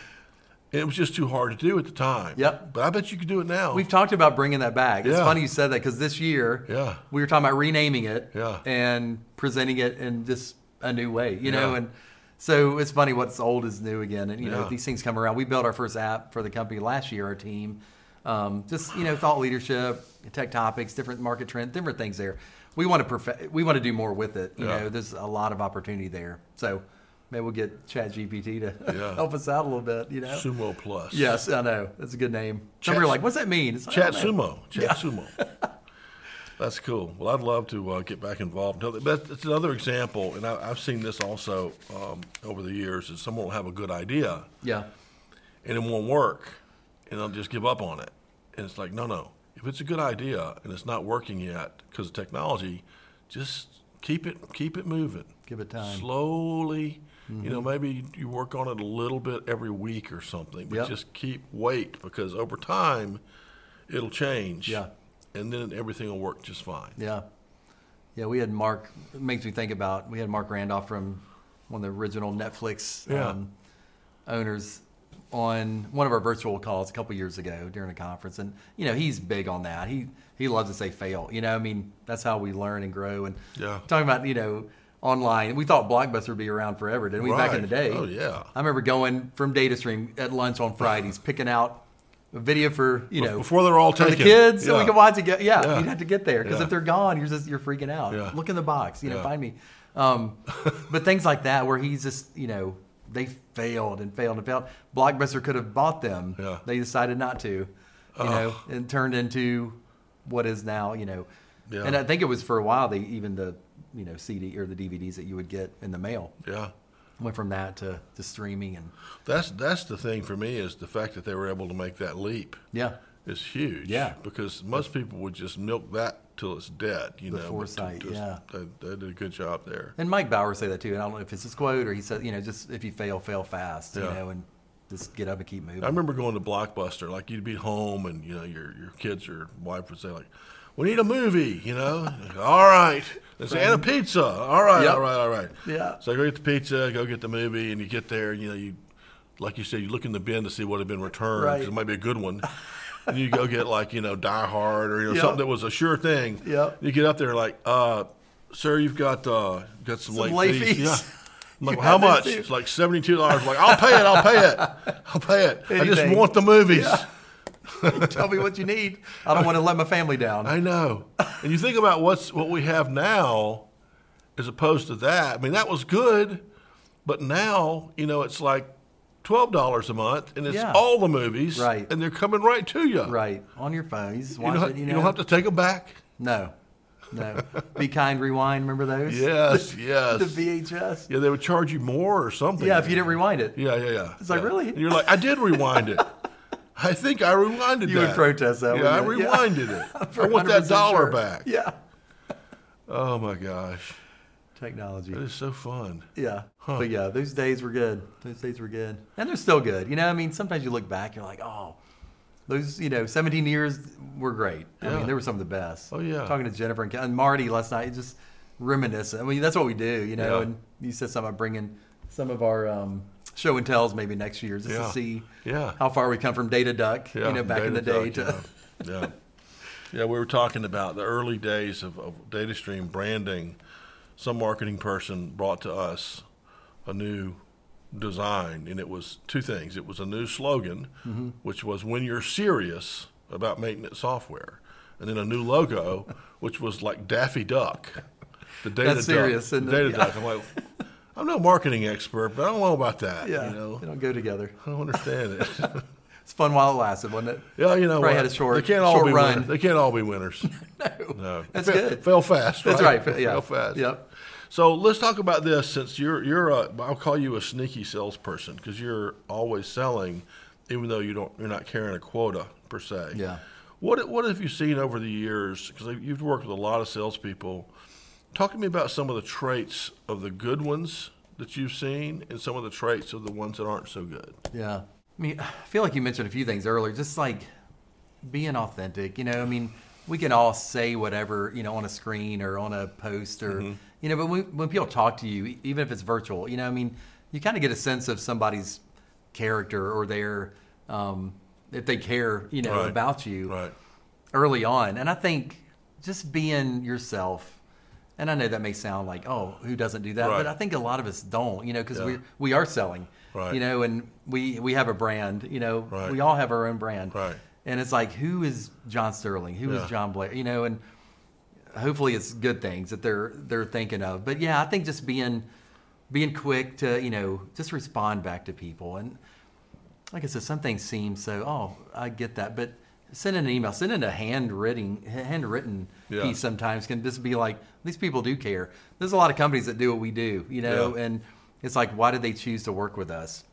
Speaker 1: it was just too hard to do at the time.
Speaker 2: Yep.
Speaker 1: But I bet you could do it now.
Speaker 2: We've talked about bringing that back. It's
Speaker 1: Yeah.
Speaker 2: funny you said that because this year,
Speaker 1: Yeah.
Speaker 2: we were talking about renaming it,
Speaker 1: Yeah.
Speaker 2: and presenting it in just a new way, you know.
Speaker 1: Yeah.
Speaker 2: And so it's funny what's old is new again, and you know
Speaker 1: Yeah.
Speaker 2: these things come around. We built our first app for the company last year, our team, um, just you know thought leadership, tech topics, different market trend, different things there. We want to perfect. We want to do more with it. You
Speaker 1: Yeah.
Speaker 2: know, there's a lot of opportunity there. So maybe we'll get ChatGPT to
Speaker 1: Yeah.
Speaker 2: help us out a little bit. You know.
Speaker 1: sumo plus.
Speaker 2: Yes, Oh, I know. That's a good name. Some
Speaker 1: Chat-
Speaker 2: people are like, what's that mean? It's like,
Speaker 1: Chat
Speaker 2: I don't know.
Speaker 1: sumo. Chat sumo. That's cool. Well, I'd love to uh, get back involved. Another- That's that's another example, and I, I've seen this also um, over the years. Is someone will have a good idea,
Speaker 2: Yeah.
Speaker 1: and it won't work, and they'll just give up on it. And it's like, no, no. If it's a good idea and it's not working yet because of technology, just keep it keep it moving.
Speaker 2: Give it time. Mm-hmm.
Speaker 1: Slowly, you know, maybe you work on it a little bit every week or something, but
Speaker 2: Yep.
Speaker 1: just keep wait because over time, it'll change.
Speaker 2: Yeah.
Speaker 1: And then everything will work just fine.
Speaker 2: Yeah. Yeah, we had Mark, it makes me think about, we had Mark Randolph from one of the original Netflix
Speaker 1: Yeah.
Speaker 2: um, owners on one of our virtual calls a couple years ago during a conference. And, you know, he's big on that. He, he loves to say fail. You know, I mean, that's how we learn and grow. And
Speaker 1: Yeah.
Speaker 2: talking about, you know, online, we thought Blockbuster would be around forever, didn't we, back in the
Speaker 1: Right.
Speaker 2: day?
Speaker 1: Oh, yeah.
Speaker 2: I remember going from DataStream at lunch on Fridays, picking out a video for, you know,
Speaker 1: Before they're all
Speaker 2: for
Speaker 1: taken.
Speaker 2: the kids, so we
Speaker 1: Yeah.
Speaker 2: could watch it. Go, yeah,
Speaker 1: Yeah.
Speaker 2: you'd have to get there because
Speaker 1: Yeah.
Speaker 2: if they're gone, you're just you're freaking out.
Speaker 1: Yeah.
Speaker 2: Look in the box, you know,
Speaker 1: Yeah.
Speaker 2: find me. Um, but things like that, where he's just, you know, they failed and failed and failed. Blockbuster could have bought them.
Speaker 1: Yeah.
Speaker 2: They decided not to, you know, and turned into what is now, you know.
Speaker 1: Yeah.
Speaker 2: And I think it was for a while they even the you know CD or the DVDs that you would get in the mail
Speaker 1: Yeah.
Speaker 2: went from that to, to streaming and
Speaker 1: That's that's the thing for me is the fact that they were able to make that leap
Speaker 2: yeah.
Speaker 1: is huge.
Speaker 2: Yeah.
Speaker 1: Because most people would just milk that till it's dead, you
Speaker 2: The
Speaker 1: know. but to
Speaker 2: foresight,
Speaker 1: just-
Speaker 2: yeah.
Speaker 1: They, they did a good job there.
Speaker 2: And Mike Bauer said that too. And I don't know if it's his quote or he said, you know, just if you fail, fail fast, you
Speaker 1: Yeah.
Speaker 2: know, and just get up and keep moving.
Speaker 1: I remember going to Blockbuster. Like you'd be home, and you know your your kids or wife would say like, "We need a movie," you know. all right. They say, and a pizza. All right,
Speaker 2: Yep.
Speaker 1: all right, all right.
Speaker 2: Yeah.
Speaker 1: So I go get the pizza, go get the movie, and you get there, and you know you, like you said, you look in the bin to see what had been returned 'cause
Speaker 2: Right.
Speaker 1: it might be a good one. and you go get like you know Die Hard or you know
Speaker 2: Yep.
Speaker 1: something that was a sure thing.
Speaker 2: Yep.
Speaker 1: You get up there like, uh, sir, you've got uh, got some, late,
Speaker 2: late
Speaker 1: fees.
Speaker 2: fees.
Speaker 1: Yeah. I'm like,
Speaker 2: You
Speaker 1: well, how
Speaker 2: had
Speaker 1: much?
Speaker 2: this too.
Speaker 1: It's like seventy-two dollars. Like, I'll pay it. I'll pay it. I'll pay it. I just
Speaker 2: Anything.
Speaker 1: want the movies.
Speaker 2: Tell me what you need. I don't want to let my family down.
Speaker 1: I know. And you think about what's what we have now, as opposed to that. I mean, that was good, but now you know it's like twelve dollars a month, and it's
Speaker 2: Yeah.
Speaker 1: all the movies,
Speaker 2: Right.
Speaker 1: And they're coming right to you,
Speaker 2: right. On your phone. You just
Speaker 1: You
Speaker 2: watch
Speaker 1: don't,
Speaker 2: it,
Speaker 1: you don't have to take them back.
Speaker 2: No. No. Be kind, rewind. Remember those?
Speaker 1: Yes, yes.
Speaker 2: The VHS.
Speaker 1: yeah, they would charge you more or something.
Speaker 2: Yeah, if you didn't rewind it.
Speaker 1: Yeah, yeah, yeah.
Speaker 2: It's like,
Speaker 1: yeah.
Speaker 2: really?
Speaker 1: And you're like, I did rewind it. I think I rewinded
Speaker 2: You
Speaker 1: that.
Speaker 2: would protest that,
Speaker 1: Yeah, I
Speaker 2: wouldn't you? Yeah.
Speaker 1: rewinded it. I
Speaker 2: For
Speaker 1: want that
Speaker 2: 100%
Speaker 1: dollar
Speaker 2: sure.
Speaker 1: back.
Speaker 2: Yeah.
Speaker 1: Oh my gosh,
Speaker 2: Technology.
Speaker 1: that is so fun.
Speaker 2: Yeah. But yeah, those days were good. Those days were good. And they're still good. You know, I mean, sometimes you look back, you're like, oh, those, you know, 17 years were great. I
Speaker 1: Yeah.
Speaker 2: mean, they were some of the best.
Speaker 1: Oh, yeah.
Speaker 2: Talking to Jennifer and, Ke- and Marty last night, just reminiscent. I mean, that's what we do, you know.
Speaker 1: Yeah.
Speaker 2: And you said something about bringing some of our um, show and tells maybe next year just
Speaker 1: Yeah.
Speaker 2: to see
Speaker 1: Yeah.
Speaker 2: how far we come from Data Duck,
Speaker 1: Yeah,
Speaker 2: you know, back in the
Speaker 1: data
Speaker 2: day. to,
Speaker 1: doc, yeah. yeah, yeah. We were talking about the early days of, of data stream branding. Some marketing person brought to us a new design, and it was two things. It was a new slogan,
Speaker 2: Mm-hmm.
Speaker 1: which was "When you're serious about maintenance software," and then a new logo, which was like Daffy Duck. The data
Speaker 2: That's
Speaker 1: duck,
Speaker 2: serious,
Speaker 1: the
Speaker 2: isn't it?
Speaker 1: data
Speaker 2: Yeah.
Speaker 1: duck. I'm like, I'm no marketing expert, but I don't know about that.
Speaker 2: yeah.
Speaker 1: You know,
Speaker 2: They don't go together.
Speaker 1: I don't understand it.
Speaker 2: It's fun while it lasted, wasn't it?
Speaker 1: Yeah, you know, what?
Speaker 2: Probably had a short-
Speaker 1: they can't all
Speaker 2: short
Speaker 1: be
Speaker 2: run.
Speaker 1: Winners. They can't all be winners. no,
Speaker 2: That's
Speaker 1: Fail-
Speaker 2: good.
Speaker 1: Fail fast.
Speaker 2: That's
Speaker 1: right.
Speaker 2: right, fa- yeah.
Speaker 1: Fail fast.
Speaker 2: Yep.
Speaker 1: So let's talk about this since you're you're a I'll call you a sneaky salesperson because you're always selling, even though you don't you're not carrying a quota per se.
Speaker 2: Yeah.
Speaker 1: What what have you seen over the years? Because you've worked with a lot of salespeople. Talk to me about some of the traits of the good ones that you've seen, and some of the traits of the ones that aren't so good.
Speaker 2: Yeah. I mean, I feel like you mentioned a few things earlier, just like being authentic. You know, I mean, we can all say whatever, you know, on a screen or on a post or, you know, but when, when people talk to you, e- even if it's virtual, you know, I mean, you kind of get a sense of somebody's character or their, um, if they care, you know,
Speaker 1: Right.
Speaker 2: about you
Speaker 1: Right.
Speaker 2: early on. And I think just being yourself, and I know that may sound like, oh, who doesn't do that?
Speaker 1: Right.
Speaker 2: But I think a lot of us don't, you know, because
Speaker 1: Yeah.
Speaker 2: we we are selling,
Speaker 1: Right.
Speaker 2: you know, and we we have a brand, you know,
Speaker 1: Right.
Speaker 2: we all have our own brand,
Speaker 1: Right.
Speaker 2: And it's like, who is John Sterling? Who is
Speaker 1: Yeah.
Speaker 2: John Blair? You know, and hopefully it's good things that they're they're thinking of. But yeah, I think just being being quick to you know just respond back to people and like I said, some things seem so. Oh, I get that, but sending an email, sending a handwritten handwritten
Speaker 1: Yeah.
Speaker 2: piece sometimes can just be like these people do care. There's a lot of companies that do what we do, you know,
Speaker 1: Yeah.
Speaker 2: and it's like why did they choose to work with us?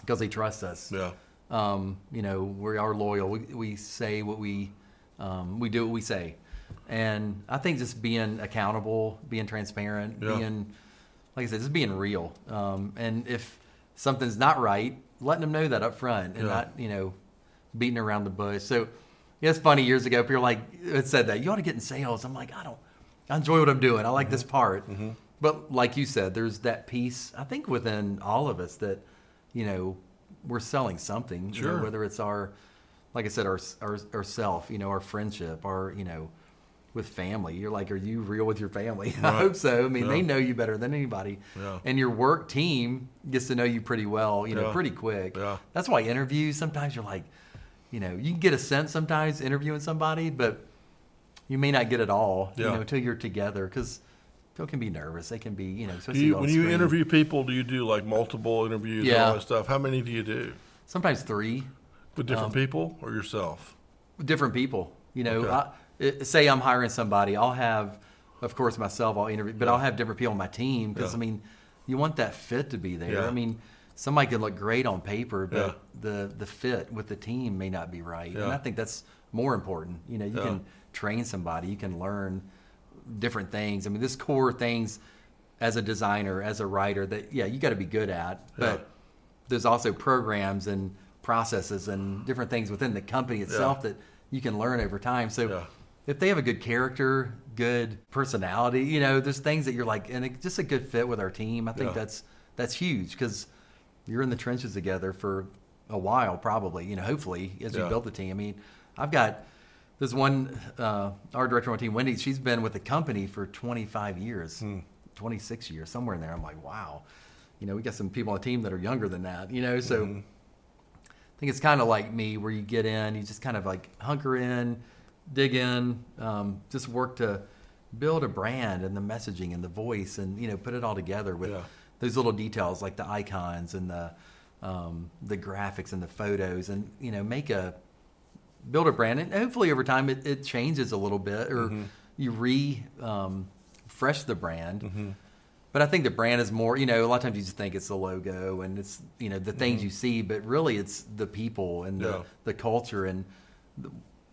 Speaker 2: Because they trust us.
Speaker 1: Yeah.
Speaker 2: Um, you know, we are loyal. We, we say what we um, we do what we say, and I think just being accountable, being transparent,
Speaker 1: Yeah.
Speaker 2: being like I said, just being real. Um, and if something's not right, letting them know that up front and
Speaker 1: Yeah.
Speaker 2: not you know beating around the bush. So yeah, it's funny. Years ago, people like it said that you ought to get in sales. I'm like, I don't. I enjoy what I'm doing. I like this
Speaker 1: Mm-hmm.
Speaker 2: part. But like you said, there's that piece. I think within all of us that you know we're selling something. you know,
Speaker 1: Sure.
Speaker 2: whether it's our, like I said, our our ourself. You know, our friendship. Our you know. With family, you're like, are you real with your family? I
Speaker 1: Right.
Speaker 2: hope so. I mean, they
Speaker 1: Yeah.
Speaker 2: know you better than anybody,
Speaker 1: Yeah.
Speaker 2: and your work team gets to know you pretty well. You know,
Speaker 1: Yeah.
Speaker 2: pretty quick.
Speaker 1: Yeah.
Speaker 2: That's why interviews sometimes you're like, you know, you can get a sense sometimes interviewing somebody, but you may not get it all, you
Speaker 1: Yeah.
Speaker 2: know, until you're together because people can be nervous. They can be, you know,
Speaker 1: Do
Speaker 2: especially
Speaker 1: you,
Speaker 2: on
Speaker 1: when you
Speaker 2: screen.
Speaker 1: interview people, do you do like multiple interviews and
Speaker 2: Yeah.
Speaker 1: all that stuff? How many do you do
Speaker 2: sometimes three Um,
Speaker 1: with different people or yourself?
Speaker 2: different people. You know,
Speaker 1: Okay.
Speaker 2: I, it- say I'm hiring somebody, I'll have, of course, myself, I'll interview, but I'll have different people on my team because
Speaker 1: Yeah.
Speaker 2: I mean, you want that fit to be there.
Speaker 1: Yeah.
Speaker 2: I mean, somebody could look great on paper,
Speaker 1: Yeah.
Speaker 2: but the the fit with the team may not be right,
Speaker 1: Yeah.
Speaker 2: and I think that's more important. You know, you
Speaker 1: Yeah.
Speaker 2: can train somebody, you can learn different things. I mean, this core things as a designer, as a writer, that yeah, you got to be good at, but
Speaker 1: Yeah.
Speaker 2: there's also programs and processes and different things within the company itself that you can learn over time. So
Speaker 1: Yeah.
Speaker 2: if they have a good character, good personality, you know, there's things that you're like, and it, just a good fit with our team. I think
Speaker 1: Yeah.
Speaker 2: that's that's huge because you're in the trenches together for a while, probably. You know, hopefully as
Speaker 1: Yeah.
Speaker 2: you build the team. I mean, I've got there's one uh, our director on team, Wendy. She's been with the company for 25 years,
Speaker 1: Hmm.
Speaker 2: 26 years, somewhere in there. I'm like, wow. You know, we got some people on the team that are younger than that. You know, so.
Speaker 1: Mm-hmm.
Speaker 2: I think it's kind of like me, where you get in, you just kind of like hunker in, dig in, um, just work to build a brand and the messaging and the voice, and you know, put it all together with
Speaker 1: Yeah.
Speaker 2: those little details like the icons and the um, the graphics and the photos, and you know, make a build a brand, and hopefully over time it, it changes a little bit, or
Speaker 1: Mm-hmm.
Speaker 2: you re um, fresh the brand.
Speaker 1: Mm-hmm.
Speaker 2: But I think the brand is more, you know, a lot of times you just think it's the logo and it's, you know, the things you see, but really it's the people and the,
Speaker 1: Mm-hmm. Yeah.
Speaker 2: the culture and the,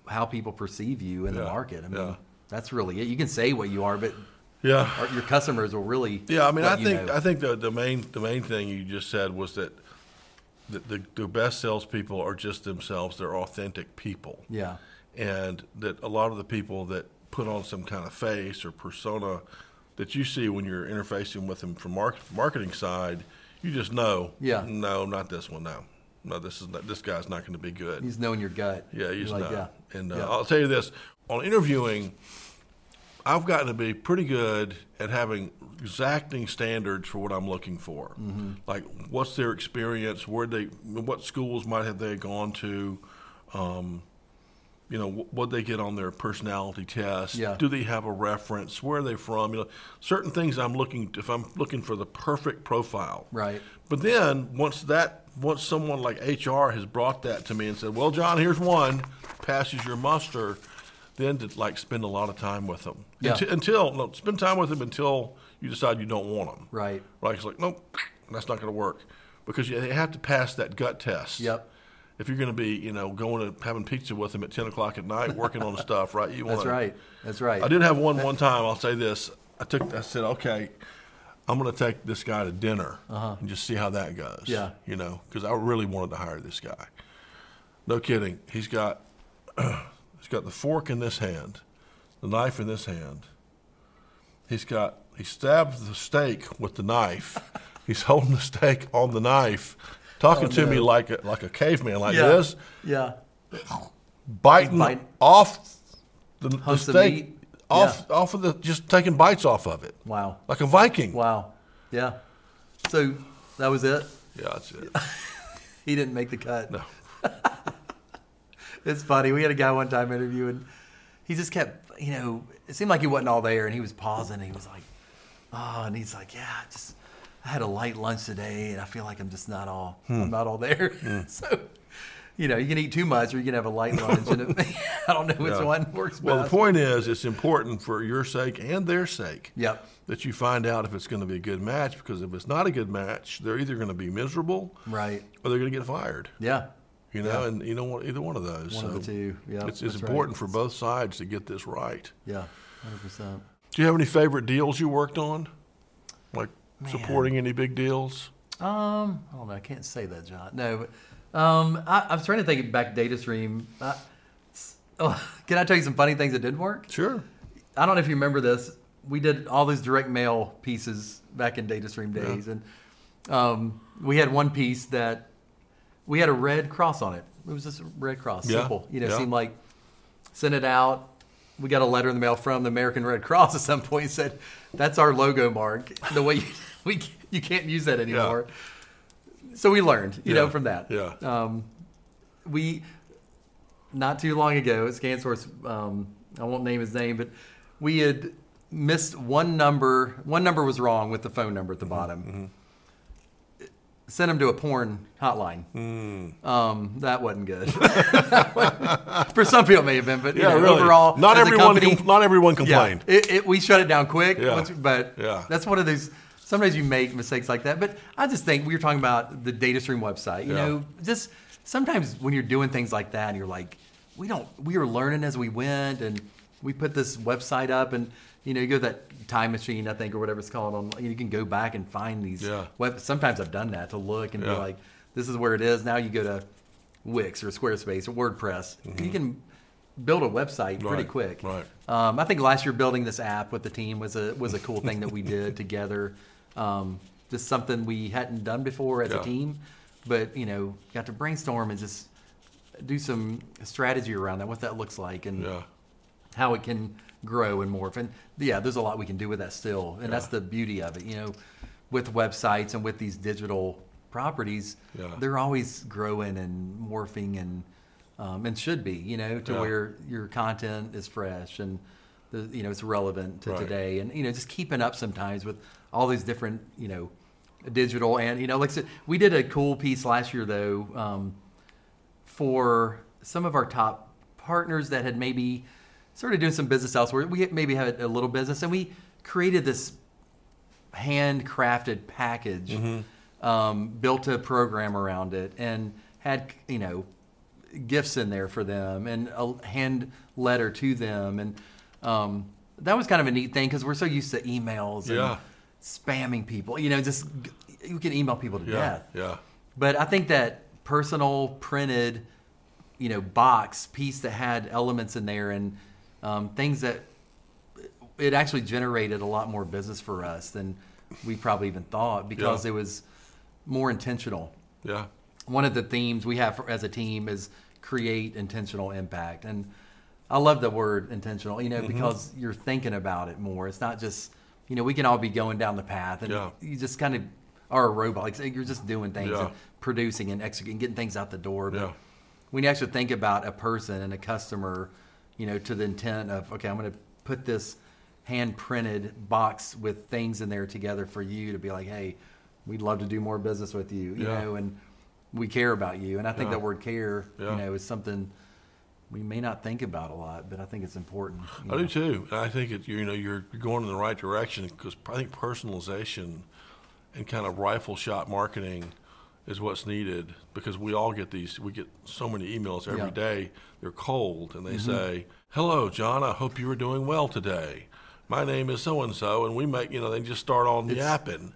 Speaker 2: how people perceive you in the
Speaker 1: Yeah,
Speaker 2: market. I mean,
Speaker 1: yeah.
Speaker 2: that's really it. You can say what you are, but
Speaker 1: Yeah.
Speaker 2: our- your customers will really.
Speaker 1: Yeah, I mean, I
Speaker 2: let you
Speaker 1: think
Speaker 2: know.
Speaker 1: I think the, the main the main thing you just said was that the, the the best salespeople are just themselves; they're authentic people,
Speaker 2: yeah.
Speaker 1: and that a lot of the people that put on some kind of face or persona that you see when you're interfacing with them from market, marketing side, you just know,
Speaker 2: Yeah.
Speaker 1: no, not this one, no, no, this is not, this guy's not going to be good.
Speaker 2: He's knowing your gut.
Speaker 1: Yeah, you
Speaker 2: You're
Speaker 1: just know.
Speaker 2: like, yeah.
Speaker 1: And uh,
Speaker 2: yeah.
Speaker 1: I'll tell you this: on interviewing, I've gotten to be pretty good at having exacting standards for what I'm looking for.
Speaker 2: Mm-hmm.
Speaker 1: Like, what's their experience? Where they, what schools might have they gone to? Um, you know, wh- what they get on their personality test.
Speaker 2: Yeah.
Speaker 1: Do they have a reference? Where are they from? You know, certain things I'm looking. If I'm looking for the perfect profile,
Speaker 2: Right.
Speaker 1: but then once that once someone like HR has brought that to me and said, "Well, John, here's one passes your muster," then to like spend a lot of time with them
Speaker 2: Yeah.
Speaker 1: until, until no, spend time with them until you decide you don't want them.
Speaker 2: Right.
Speaker 1: Right. It's like nope, that's not going to work because you they have to pass that gut test.
Speaker 2: Yep.
Speaker 1: If you're going to be, you know, going to having pizza with them at ten o'clock at night, working on stuff, right? You
Speaker 2: That's
Speaker 1: wanna-
Speaker 2: right. That's right.
Speaker 1: I did have one one time. I'll say this. I took. I said, okay, I'm going to take this guy to dinner and just see how that goes.
Speaker 2: Uh-huh. Yeah.
Speaker 1: You know, because I really wanted to hire this guy. No kidding. He's got he's got the fork in this hand, the knife in this hand. He's got he stabbed the steak with the knife. he's holding the steak on the knife, talking to me like a, like a caveman, like
Speaker 2: Oh, Yeah.
Speaker 1: this
Speaker 2: Yeah.
Speaker 1: biting
Speaker 2: Bite-
Speaker 1: off the, the
Speaker 2: Hunks of
Speaker 1: steak
Speaker 2: meat?
Speaker 1: off off of the just taking bites off of it
Speaker 2: Wow.
Speaker 1: like a Viking.
Speaker 2: Wow. Yeah. So that was it.
Speaker 1: Yeah, that's it.
Speaker 2: He didn't make the cut.
Speaker 1: No,
Speaker 2: It's funny. We had a guy one time interview, and he just kept, you know, it seemed like he wasn't all there, and he was pausing. And he was like, "Oh," and he's like, "Yeah, just I had a light lunch today, and I feel like I'm just not all,
Speaker 1: Hmm.
Speaker 2: I'm not all there." so, you know, you can eat too much, or you can have a light lunch, and it, I don't know which
Speaker 1: Yeah.
Speaker 2: one works
Speaker 1: well, the
Speaker 2: best.
Speaker 1: point is, it's important for your sake and their sake
Speaker 2: Yep.
Speaker 1: that you find out if it's going to be a good match. Because if it's not a good match, they're either going to be miserable
Speaker 2: Right.
Speaker 1: or they're going to get fired.
Speaker 2: Yeah.
Speaker 1: You know, and you don't want either one of those.
Speaker 2: One of the two. Yeah,
Speaker 1: it's, it's
Speaker 2: that's right.
Speaker 1: important for both sides to get this right.
Speaker 2: Yeah. Hundred percent.
Speaker 1: Do you have any favorite deals you worked on? Like
Speaker 2: Man.
Speaker 1: supporting any big deals?
Speaker 2: Um, I don't know. I can't say that, John. No, but um, I, I was trying to think back to data stream. Uh, s- oh, can I tell you some funny things that did work?
Speaker 1: Sure.
Speaker 2: I don't know if you remember this. We did all those direct mail pieces back in data stream days, and um, we had one piece that we had a red cross on it. It was just a red cross,
Speaker 1: Yeah,
Speaker 2: simple. You know,
Speaker 1: yeah.
Speaker 2: seemed like sent it out. We got a letter in the mail from the American Red Cross at some point. Said that's our logo mark. The way you, we you can't use that anymore. So we learned, you know,
Speaker 1: Yeah,
Speaker 2: from that.
Speaker 1: yeah.
Speaker 2: Um, we not too long ago at ScanSource, um, I won't name his name, but we had
Speaker 1: Mm-hmm.
Speaker 2: missed one number. One number was wrong with the phone number at the bottom. sent him to a porn hotline.
Speaker 1: Mm.
Speaker 2: Um, that wasn't good. For some people, it may have been, but you know, overall,
Speaker 1: not
Speaker 2: as a
Speaker 1: everyone.
Speaker 2: company-
Speaker 1: com- not everyone complained.
Speaker 2: yeah, it, it, we shut it down quick.
Speaker 1: Yeah.
Speaker 2: Once, but
Speaker 1: Yeah.
Speaker 2: that's one of those. Sometimes you make mistakes like that. But I just think we were talking about the data stream website. You
Speaker 1: Yeah.
Speaker 2: know, just sometimes when you're doing things like that, you're like, we don't. We were learning as we went, and we put this website up, and you know, you go to that time machine, I think, or whatever it's called. On you can go back and find these.
Speaker 1: Yeah.
Speaker 2: Web, sometimes I've done that to look and
Speaker 1: Yeah.
Speaker 2: be like, this is where it is. Now you go to Wix or Squarespace or WordPress. You can build a website pretty
Speaker 1: Mm-hmm. Right,
Speaker 2: quick.
Speaker 1: right.
Speaker 2: Um, I think last year building this app with the team was a was a cool thing that we did together. Um, just something we hadn't done before as
Speaker 1: Yeah.
Speaker 2: a team, but you know, got to brainstorm and just do some strategy around that, what that looks like, and
Speaker 1: Yeah.
Speaker 2: how it can grow and morph. And yeah, there's a lot we can do with that still, and that's the beauty of it. You know, with websites and with these digital properties,
Speaker 1: Yeah.
Speaker 2: they're always growing and morphing and um, and should be. You know, to
Speaker 1: Yeah.
Speaker 2: where your content is fresh and the, you know it's relevant to
Speaker 1: Right.
Speaker 2: today, and you know just keeping up sometimes with all these different you know digital and you know like I said, we did a cool piece last year though. Um, for some of our top partners that had maybe started doing some business elsewhere. We maybe had a little business, and we created this handcrafted package, um, built a program around it, and had you know gifts in there for them and a hand letter to them, and um, that was kind of a neat thing because we're so used to emails and
Speaker 1: Yeah.
Speaker 2: spamming people. You know, just g- you can email people to
Speaker 1: Yeah.
Speaker 2: death.
Speaker 1: Yeah.
Speaker 2: But I think that personal printed, you know, box piece that had elements in there and um, things that it actually generated a lot more business for us than we probably even thought because
Speaker 1: Yeah.
Speaker 2: it was more intentional.
Speaker 1: Yeah.
Speaker 2: One of the themes we have for, as a team is create intentional impact, and I love the word intentional. You know,
Speaker 1: Mm-hmm.
Speaker 2: because you're thinking about it more. It's not just you know we can all be going down the path, and
Speaker 1: Yeah.
Speaker 2: you just kind of are a robot. Like so you're just doing things,
Speaker 1: Yeah.
Speaker 2: and producing, and executing, getting things out the door. But
Speaker 1: Yeah.
Speaker 2: when you actually think about a person and a customer, you know, to the intent of okay, I'm going to put this hand printed box with things in there together for you to be like, hey, we'd love to do more business with you, you
Speaker 1: Yeah.
Speaker 2: know, and we care about you. And I think
Speaker 1: Yeah.
Speaker 2: that word care,
Speaker 1: Yeah.
Speaker 2: you know, is something we may not think about a lot, but I think it's important. you
Speaker 1: I
Speaker 2: know.
Speaker 1: do too. And I think it, you know you're going in the right direction because I think personalization and kind of rifle shot marketing is what's needed because we all get these. We get so many emails every
Speaker 2: Yeah. Mm-hmm.
Speaker 1: day. They're cold and they say, "Hello, John. I hope you are doing well today. My name is so and so, and we make you know they just start on yapping."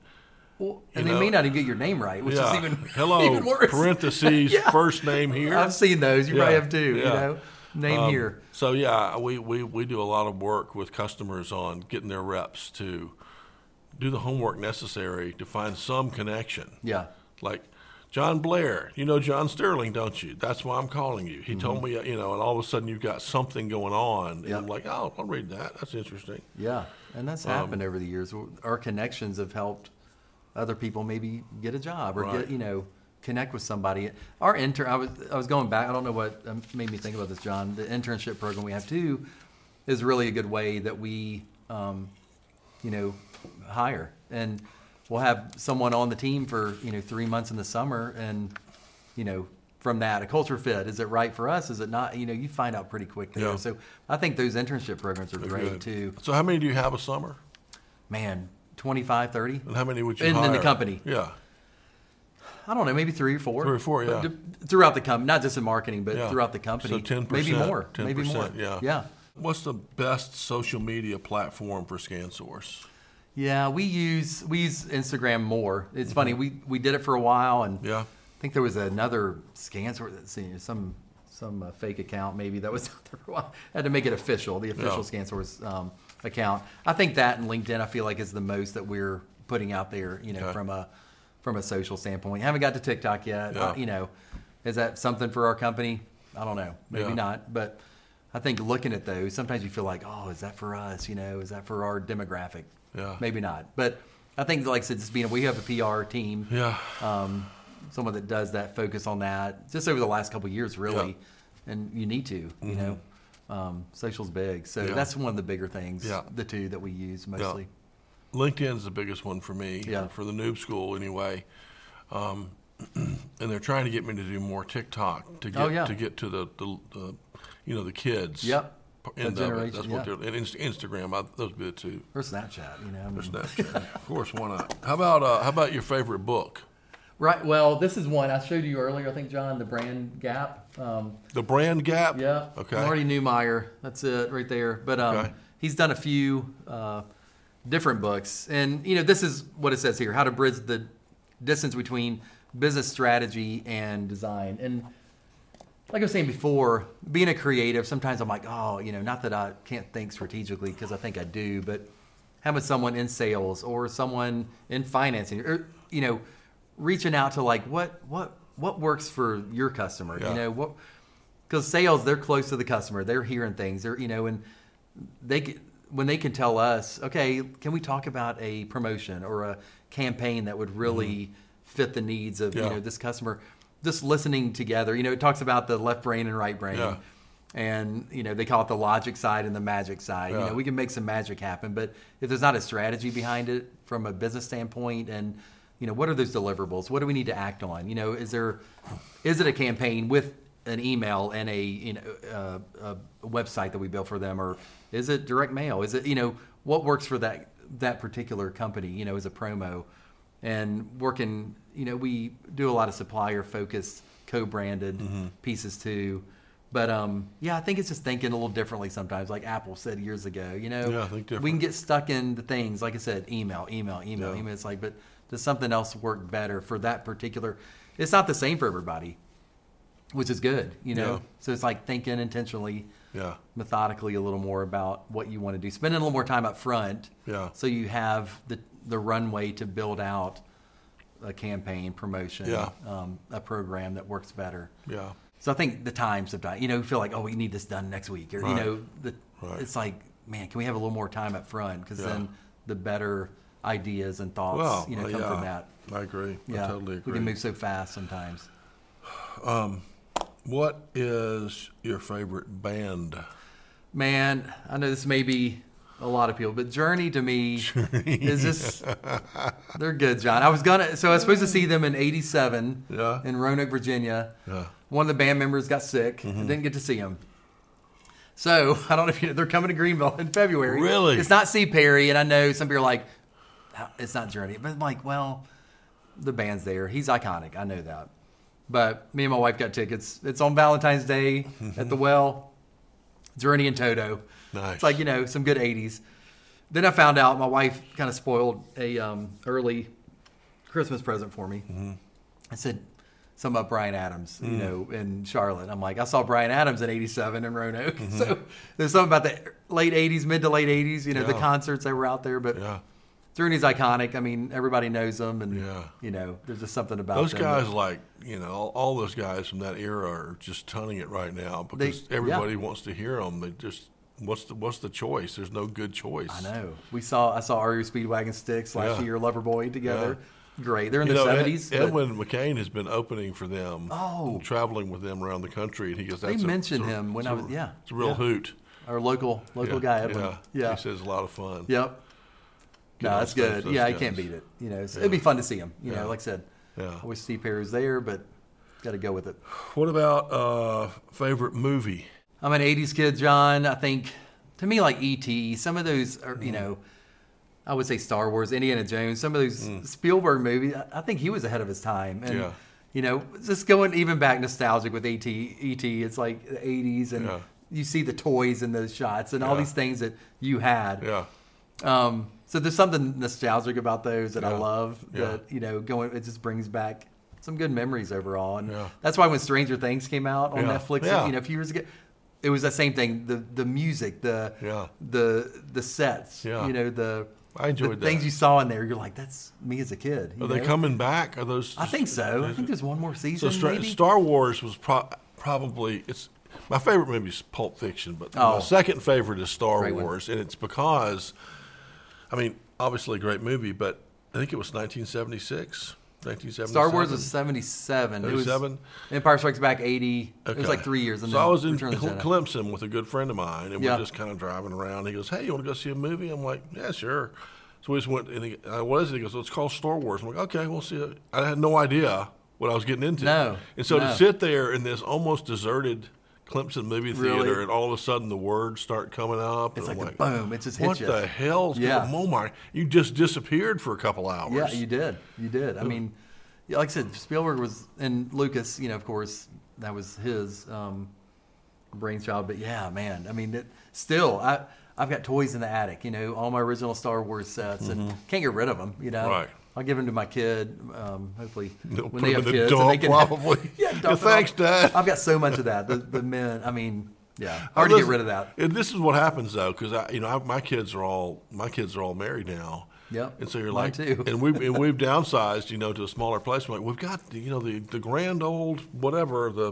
Speaker 2: Well, and
Speaker 1: you
Speaker 2: they may
Speaker 1: know-
Speaker 2: not even get your name right, which
Speaker 1: yeah.
Speaker 2: is even
Speaker 1: Hello.
Speaker 2: even worse.
Speaker 1: Parentheses.
Speaker 2: Yeah.
Speaker 1: First name here.
Speaker 2: I've seen those. You probably
Speaker 1: Yeah.
Speaker 2: have too. You
Speaker 1: Yeah.
Speaker 2: know, name
Speaker 1: Um,
Speaker 2: here.
Speaker 1: So yeah, we, we, we do a lot of work with customers on getting their reps to do the homework necessary to find some connection.
Speaker 2: Yeah.
Speaker 1: Like John Blair, you know John Sterling, don't you? That's why I'm calling you.
Speaker 2: Mm-hmm.
Speaker 1: He told me, uh, you know, and all of a sudden you've got something going on. And
Speaker 2: Yeah.
Speaker 1: I'm like, oh, I'll read that. That's interesting.
Speaker 2: Yeah, and that's happened over the years. Our connections have helped other people maybe get a job or
Speaker 1: Right.
Speaker 2: get you know connect with somebody. Our intern, I was I was going back. I don't know what um, made me think about this, John. The internship program we have too is really a good way that we, um, you know, hire and we'll have someone on the team for you know three months in the summer and you know from that a culture fit is it right for us is it not you know you find out pretty quick there
Speaker 1: Yeah.
Speaker 2: so i think those internship programs are great
Speaker 1: Good.
Speaker 2: too
Speaker 1: So how many do you have a summer?
Speaker 2: man 25 30
Speaker 1: And how many would you
Speaker 2: In- in
Speaker 1: hire?
Speaker 2: the company.
Speaker 1: Yeah.
Speaker 2: i don't know maybe three or four
Speaker 1: Three or four,
Speaker 2: But
Speaker 1: yeah.
Speaker 2: d- throughout the company not just in marketing but
Speaker 1: Yeah.
Speaker 2: throughout the company
Speaker 1: So ten percent.
Speaker 2: maybe more
Speaker 1: 10%,
Speaker 2: maybe more
Speaker 1: Yeah.
Speaker 2: yeah
Speaker 1: What's the best social media platform for ScanSource?
Speaker 2: yeah we use we use instagram more it's funny we we did it for a while and
Speaker 1: Mm-hmm. Yeah.
Speaker 2: i think there was another scan sort let's see some some uh, fake account maybe that was out there for a while had to make it official the official
Speaker 1: Yeah.
Speaker 2: scan source um, account i think that and linkedin i feel like is the most that we're putting out there you know
Speaker 1: Okay.
Speaker 2: from a from a social standpoint haven't got to tiktok yet
Speaker 1: Yeah.
Speaker 2: I- you know is that something for our company i don't know maybe
Speaker 1: Yeah.
Speaker 2: not but i think looking at those sometimes you feel like oh is that for us you know is that for our demographic
Speaker 1: Yeah.
Speaker 2: maybe not but i think like i said just being we have a pr team
Speaker 1: Yeah.
Speaker 2: um, someone that does that focus on that just over the last couple of years really and you need to you know um, social's big so
Speaker 1: Mm-hmm. Yeah.
Speaker 2: that's one of the bigger things
Speaker 1: Yeah.
Speaker 2: the two that we use mostly
Speaker 1: LinkedIn's the biggest one for me.
Speaker 2: Yeah.
Speaker 1: For the noob school, anyway. Um, and they're trying to get me to do more TikTok to get
Speaker 2: Oh, yeah.
Speaker 1: to get to the, the, the you know the kids.
Speaker 2: Yep.
Speaker 1: p- End of
Speaker 2: The
Speaker 1: it.
Speaker 2: generation,
Speaker 1: That's what
Speaker 2: yeah.
Speaker 1: they're and Inst- Instagram. I, those be the two.
Speaker 2: Or Snapchat, you know. I mean.
Speaker 1: Snapchat. of course, why not? How about uh, how about your favorite book?
Speaker 2: Right. Well, this is one I showed you earlier. I think John, the brand gap. Um,
Speaker 1: The Brand Gap.
Speaker 2: yeah.
Speaker 1: Okay.
Speaker 2: I already knew Meyer. That's it right there. But um,
Speaker 1: Okay.
Speaker 2: he's done a few uh, different books, and you know this is what it says here: how to bridge the distance between business strategy and design. And like I was saying before, being a creative, sometimes I'm like, oh, you know, not that I can't think strategically because I think I do, but having someone in sales or someone in financing, or you know, reaching out to like what what what works for your customer,
Speaker 1: Yeah.
Speaker 2: you know, what because sales they're close to the customer, they're hearing things, they're you know, and they c- when they can tell us, okay, can we talk about a promotion or a campaign that would really fit the needs of
Speaker 1: Mm-hmm. Yeah.
Speaker 2: you know this customer? Just listening together, you know, it talks about the left brain and right brain,
Speaker 1: Yeah.
Speaker 2: and you know they call it the logic side and the magic side. You
Speaker 1: Yeah.
Speaker 2: know, we can make some magic happen, but if there's not a strategy behind it from a business standpoint, and you know, what are those deliverables? What do we need to act on? You know, is there is it a campaign with an email and a you know uh, a website that we built for them, or is it direct mail? Is it you know what works for that that particular company? You know, as a promo and working. You know, we do a lot of supplier focused, co-branded
Speaker 1: Mm-hmm.
Speaker 2: pieces too. But um, yeah, I think it's just thinking a little differently sometimes. Like Apple said years ago, you know,
Speaker 1: Yeah, think
Speaker 2: we
Speaker 1: different.
Speaker 2: can get stuck in the things. Like I said, email, email, email,
Speaker 1: Yeah.
Speaker 2: email. It's like, but does something else work better for that particular? It's not the same for everybody, which is good, you know.
Speaker 1: Yeah.
Speaker 2: So it's like thinking intentionally,
Speaker 1: Yeah.
Speaker 2: methodically a little more about what you want to do. Spending a little more time up front,
Speaker 1: Yeah.
Speaker 2: So you have the the runway to build out a campaign, promotion,
Speaker 1: Yeah.
Speaker 2: um, a program that works better.
Speaker 1: Yeah.
Speaker 2: So I think the time sometimes, you know, you feel like, oh, we need this done next week, or
Speaker 1: Right.
Speaker 2: you know, the,
Speaker 1: Right.
Speaker 2: it's like, man, can we have a little more time up front? Because
Speaker 1: Yeah.
Speaker 2: then the better ideas and thoughts,
Speaker 1: Well, uh,
Speaker 2: you know, come
Speaker 1: yeah,
Speaker 2: from that.
Speaker 1: I agree.
Speaker 2: Yeah,
Speaker 1: I totally
Speaker 2: we
Speaker 1: agree.
Speaker 2: can move so fast sometimes.
Speaker 1: What is your favorite band?
Speaker 2: Man, I know this may be a lot of people, but Journey to me is just they're good, John. I was gonna so I was supposed to see them in eighty seven
Speaker 1: Yeah.
Speaker 2: in Roanoke, Virginia.
Speaker 1: Yeah. Mm-hmm.
Speaker 2: One of the band members got sick. Didn't get to see him. So I don't know if you know, they're coming to Greenville in February.
Speaker 1: Really?
Speaker 2: It's not C. Perry, and I know some people are like, "How- it's not Journey. But I'm like, well, the band's there. He's iconic. I know that. But me and my wife got tickets. It's on Valentine's Day at the well. Journey and Toto.
Speaker 1: Nice.
Speaker 2: It's like, you know, some good 80s. Then I found out my wife kind of spoiled a um, early Christmas present for me.
Speaker 1: Mm-hmm.
Speaker 2: I said something about Brian Adams,
Speaker 1: Mm.
Speaker 2: you know, in Charlotte. I'm like, I saw Brian Adams in 87 in Roanoke.
Speaker 1: Mm-hmm.
Speaker 2: So there's something about the late 80s, mid to late 80s, you know, the
Speaker 1: Yeah.
Speaker 2: concerts that were out there. But
Speaker 1: Yeah.
Speaker 2: Journey's iconic. I mean, everybody knows them, and
Speaker 1: Yeah.
Speaker 2: you know, there's just something about
Speaker 1: Those
Speaker 2: them.
Speaker 1: guys, like you know, all, all those guys from that era are just tunning it right now because
Speaker 2: yeah.
Speaker 1: everybody wants to hear them. They just what's the what's the choice? There's no good choice.
Speaker 2: I know. We saw I saw RU Speedwagon Sticks last
Speaker 1: Yeah.
Speaker 2: year, Loverboy together. Great. They're in
Speaker 1: You
Speaker 2: their
Speaker 1: know, Ed-
Speaker 2: seventies.
Speaker 1: Edwin McCain has been opening for them.
Speaker 2: Oh.
Speaker 1: and traveling with them around the country, and he goes.
Speaker 2: They
Speaker 1: That's a-
Speaker 2: mentioned
Speaker 1: it's a-
Speaker 2: him when
Speaker 1: it's
Speaker 2: I
Speaker 1: a-
Speaker 2: was- yeah.
Speaker 1: It's a real
Speaker 2: Yeah.
Speaker 1: hoot.
Speaker 2: our local local guy Edwin.
Speaker 1: Yeah,
Speaker 2: Yeah.
Speaker 1: He says it's a lot of fun.
Speaker 2: Yep.
Speaker 1: Yeah,
Speaker 2: No, that's
Speaker 1: those-
Speaker 2: good.
Speaker 1: those
Speaker 2: yeah, I
Speaker 1: guys.
Speaker 2: can't beat it. You know, so it'd be fun to see him. You
Speaker 1: Yeah.
Speaker 2: know, like I said,
Speaker 1: Yeah.
Speaker 2: I wish Steve Perry was there, but got to go with it.
Speaker 1: What about uh, favorite movie?
Speaker 2: I'm an '80s kid, John. I think to me, like ET, some of those are,
Speaker 1: Mm.
Speaker 2: you know, I would say Star Wars, Indiana Jones, some of those Spielberg movies. I, I think he was ahead of his time, and
Speaker 1: Mm. Yeah.
Speaker 2: you know, just going even back nostalgic with E ET. ET, it's like the '80s, and
Speaker 1: Yeah.
Speaker 2: you see the toys in those shots and all
Speaker 1: Yeah.
Speaker 2: these things that you had.
Speaker 1: Yeah,
Speaker 2: Um, so there's something nostalgic about those that I
Speaker 1: Yeah.
Speaker 2: love.
Speaker 1: Yeah.
Speaker 2: That you know, going it just brings back some good memories overall, and
Speaker 1: Yeah.
Speaker 2: that's why when Stranger Things came out on
Speaker 1: Yeah.
Speaker 2: Netflix,
Speaker 1: Yeah.
Speaker 2: you know, a few years ago, it was that same thing. The the music, the
Speaker 1: Yeah.
Speaker 2: the the sets,
Speaker 1: Yeah.
Speaker 2: you know, the
Speaker 1: I enjoyed
Speaker 2: the things
Speaker 1: that.
Speaker 2: you saw in there. You're like, that's me as a kid. you
Speaker 1: are they
Speaker 2: know?
Speaker 1: coming back? Are those?
Speaker 2: I think so. I
Speaker 1: is
Speaker 2: think
Speaker 1: it-
Speaker 2: there's one more
Speaker 1: So
Speaker 2: season.
Speaker 1: Stra-
Speaker 2: maybe?
Speaker 1: Star Wars was pro- probably it's my favorite movie is Pulp Fiction, but my
Speaker 2: Oh.
Speaker 1: second favorite is Star
Speaker 2: Great one.
Speaker 1: Wars, and it's because, I mean, obviously a great movie, but I think it was 1976, 1977.
Speaker 2: Star Wars was 77. It was
Speaker 1: 77?
Speaker 2: Empire Strikes Back 80. It
Speaker 1: Okay.
Speaker 2: was like three years. And
Speaker 1: so
Speaker 2: then
Speaker 1: I was in
Speaker 2: Return of the
Speaker 1: Cle-
Speaker 2: Jedi.
Speaker 1: Clemson with a good friend of mine, and
Speaker 2: Yeah.
Speaker 1: we're just kind of driving around. He goes, "Hey, you want to go see a movie?" I'm like, "Yeah, sure." So we just went, and he, uh, what is it? He goes, well, it's called Star Wars. I'm like, okay, we'll see. It. I had no idea what I was getting into.
Speaker 2: No,
Speaker 1: And so
Speaker 2: no.
Speaker 1: to sit there in this almost deserted Clemson movie theater,
Speaker 2: Really?
Speaker 1: and all of a sudden the words start coming up.
Speaker 2: It's
Speaker 1: and
Speaker 2: like
Speaker 1: I'm
Speaker 2: a boom. It just hits
Speaker 1: What
Speaker 2: you.
Speaker 1: the hell's
Speaker 2: Yeah.
Speaker 1: going on? Oh my, you just disappeared for a couple hours.
Speaker 2: Yeah, you did. You did. I mean, yeah, like I said, Spielberg was and Lucas. You know, of course, that was his um, brainchild. But yeah, man. I mean, it, still, I I've got toys in the attic. You know, all my original Star Wars sets, and can't get rid of them. You know,
Speaker 1: Mm-hmm. Right.
Speaker 2: I'll give them to my kid. Um, hopefully,
Speaker 1: They'll put
Speaker 2: when they
Speaker 1: them
Speaker 2: have
Speaker 1: in the
Speaker 2: kids, and they
Speaker 1: dump,
Speaker 2: can have-
Speaker 1: probably.
Speaker 2: yeah,
Speaker 1: Yeah,
Speaker 2: dump it
Speaker 1: thanks,
Speaker 2: off.
Speaker 1: Dad.
Speaker 2: I've got so much of that. The the men. I mean, yeah,
Speaker 1: I
Speaker 2: hard to get
Speaker 1: listen-
Speaker 2: rid of that.
Speaker 1: And this is what happens though, because I, you know, I, my kids are all my kids are all married now.
Speaker 2: Yep.
Speaker 1: And so you're
Speaker 2: Mine
Speaker 1: like,
Speaker 2: too.
Speaker 1: and we've and we've downsized, you know, to a smaller place. We're like, we've got the, you know the the grand old whatever the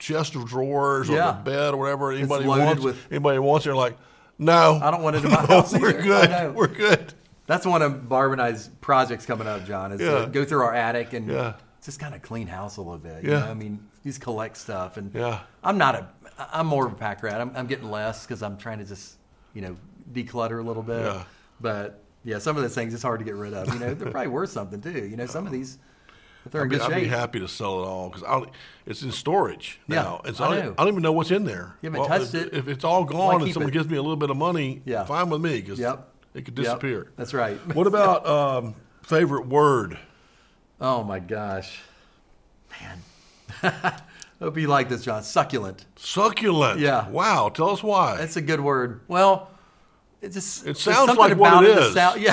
Speaker 1: chest of drawers
Speaker 2: Yeah.
Speaker 1: or the bed or whatever anybody
Speaker 2: loaded
Speaker 1: wants.
Speaker 2: with-
Speaker 1: anybody wants, you're like, no,
Speaker 2: I don't want it in my house
Speaker 1: We're
Speaker 2: either. I know.
Speaker 1: good. We're good.
Speaker 2: That's one of Barb and I's projects coming up, John. Is
Speaker 1: Yeah.
Speaker 2: to go through our attic and
Speaker 1: Yeah.
Speaker 2: just kind of clean house a little bit. You
Speaker 1: Yeah.
Speaker 2: know? I mean, just collect stuff. And
Speaker 1: Yeah.
Speaker 2: I'm not a. I- I'm more of a pack rat. I'm, I'm getting less because I'm trying to just you know declutter a little bit.
Speaker 1: Yeah.
Speaker 2: But yeah, some of those things it's hard to get rid of. You know, they're probably worth something too. You know, some of these if they're in
Speaker 1: I'd be,
Speaker 2: good
Speaker 1: I'd be
Speaker 2: shape.
Speaker 1: happy to sell it all because it's in storage
Speaker 2: Yeah,
Speaker 1: now. It's,
Speaker 2: I
Speaker 1: I,
Speaker 2: know.
Speaker 1: don't, I don't even know what's in there.
Speaker 2: You haven't touched
Speaker 1: if,
Speaker 2: it.
Speaker 1: If it's all
Speaker 2: Why
Speaker 1: gone and
Speaker 2: keep
Speaker 1: someone
Speaker 2: it?
Speaker 1: gives me a little bit of money,
Speaker 2: Yeah.
Speaker 1: fine with me because
Speaker 2: Yep.
Speaker 1: it could
Speaker 2: Yep.
Speaker 1: disappear.
Speaker 2: That's right.
Speaker 1: What about um, favorite word?
Speaker 2: Oh my gosh, man. Hope you like this, John. Succulent.
Speaker 1: Succulent.
Speaker 2: Yeah.
Speaker 1: Wow. Tell us why.
Speaker 2: That's a good word. Well, it just
Speaker 1: It
Speaker 2: there's
Speaker 1: sounds
Speaker 2: something
Speaker 1: like what
Speaker 2: about
Speaker 1: it
Speaker 2: that
Speaker 1: is.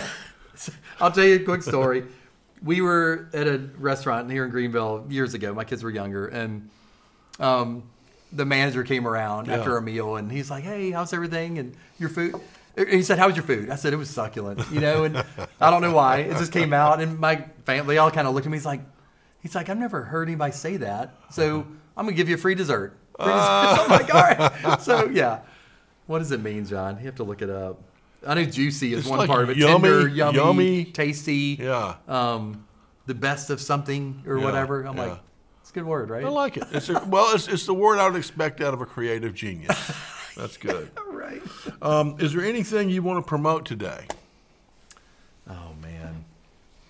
Speaker 2: sou- yeah. I'll tell you a quick story. we were at a restaurant here in Greenville years ago. My kids were younger, and um, the manager came around
Speaker 1: Yeah.
Speaker 2: after a meal, and he's like, "Hey, how's everything? And your food?" And He said, "How was your food?" I said, "It was succulent," you know, and I don't know why it just came out. And my family all kind of looked at me. He's like, "He's like, I've never heard anybody say that, so I'm gonna give you a free dessert."
Speaker 1: Oh
Speaker 2: Free dessert. I'm like, all right. So yeah, what does it mean, John? You have to look it up. I know juicy is
Speaker 1: It's
Speaker 2: one
Speaker 1: like
Speaker 2: part of it.
Speaker 1: yummy,
Speaker 2: Tender, yummy,
Speaker 1: yummy.
Speaker 2: tasty.
Speaker 1: Yeah.
Speaker 2: Um, the best of something or
Speaker 1: Yeah,
Speaker 2: whatever. I'm
Speaker 1: yeah.
Speaker 2: like, it's a good word, right?
Speaker 1: I like it. It's a, well, it's, it's the word I would expect out of a creative genius. That's good.
Speaker 2: right.
Speaker 1: Um, is there anything you want to promote today?
Speaker 2: Oh man,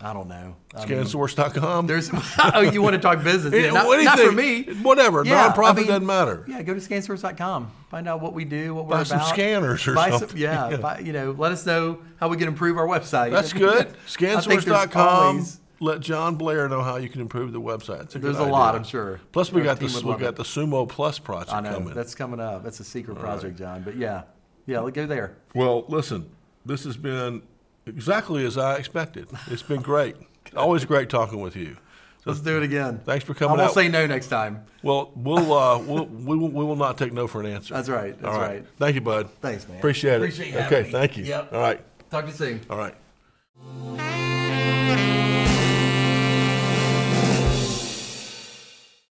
Speaker 2: I don't know. I mean,
Speaker 1: Scansource.com?
Speaker 2: there's oh, you want to talk business? Yeah, not, not for me.
Speaker 1: Whatever.
Speaker 2: Yeah,
Speaker 1: Nonprofit
Speaker 2: I mean,
Speaker 1: doesn't matter.
Speaker 2: Yeah, go to scansource.com. Find out what we do, what
Speaker 1: Buy
Speaker 2: we're
Speaker 1: some
Speaker 2: about.
Speaker 1: scanners or
Speaker 2: buy Some,
Speaker 1: something.
Speaker 2: yeah,
Speaker 1: Yeah.
Speaker 2: Buy, you know, let us know how we can improve our website.
Speaker 1: That's good.
Speaker 2: I think there's
Speaker 1: Scansource.com.
Speaker 2: always-
Speaker 1: Let John Blair know how you can improve the website. It's a good
Speaker 2: There's a lot,
Speaker 1: idea.
Speaker 2: I'm sure.
Speaker 1: Plus, we
Speaker 2: Our
Speaker 1: got
Speaker 2: team
Speaker 1: this.
Speaker 2: would
Speaker 1: We
Speaker 2: love
Speaker 1: got
Speaker 2: it.
Speaker 1: the Sumo Plus project
Speaker 2: I know
Speaker 1: coming.
Speaker 2: that's coming up. That's a secret project, John. But yeah, yeah, let go there.
Speaker 1: well, listen. This has been exactly as I expected. It's been great. Always great talking with you.
Speaker 2: Let's do it again.
Speaker 1: Thanks for
Speaker 2: I
Speaker 1: coming
Speaker 2: won't
Speaker 1: out.
Speaker 2: say no next time.
Speaker 1: well, we'll, uh, we'll we will we will not take no for an answer.
Speaker 2: That's right. That's
Speaker 1: All right.
Speaker 2: right.
Speaker 1: Thank you, bud.
Speaker 2: Thanks, man.
Speaker 1: Appreciate it.
Speaker 2: Appreciate you having
Speaker 1: okay.
Speaker 2: me.
Speaker 1: Thank you.
Speaker 2: Yep.
Speaker 1: All right.
Speaker 2: Talk to you soon.
Speaker 1: All right.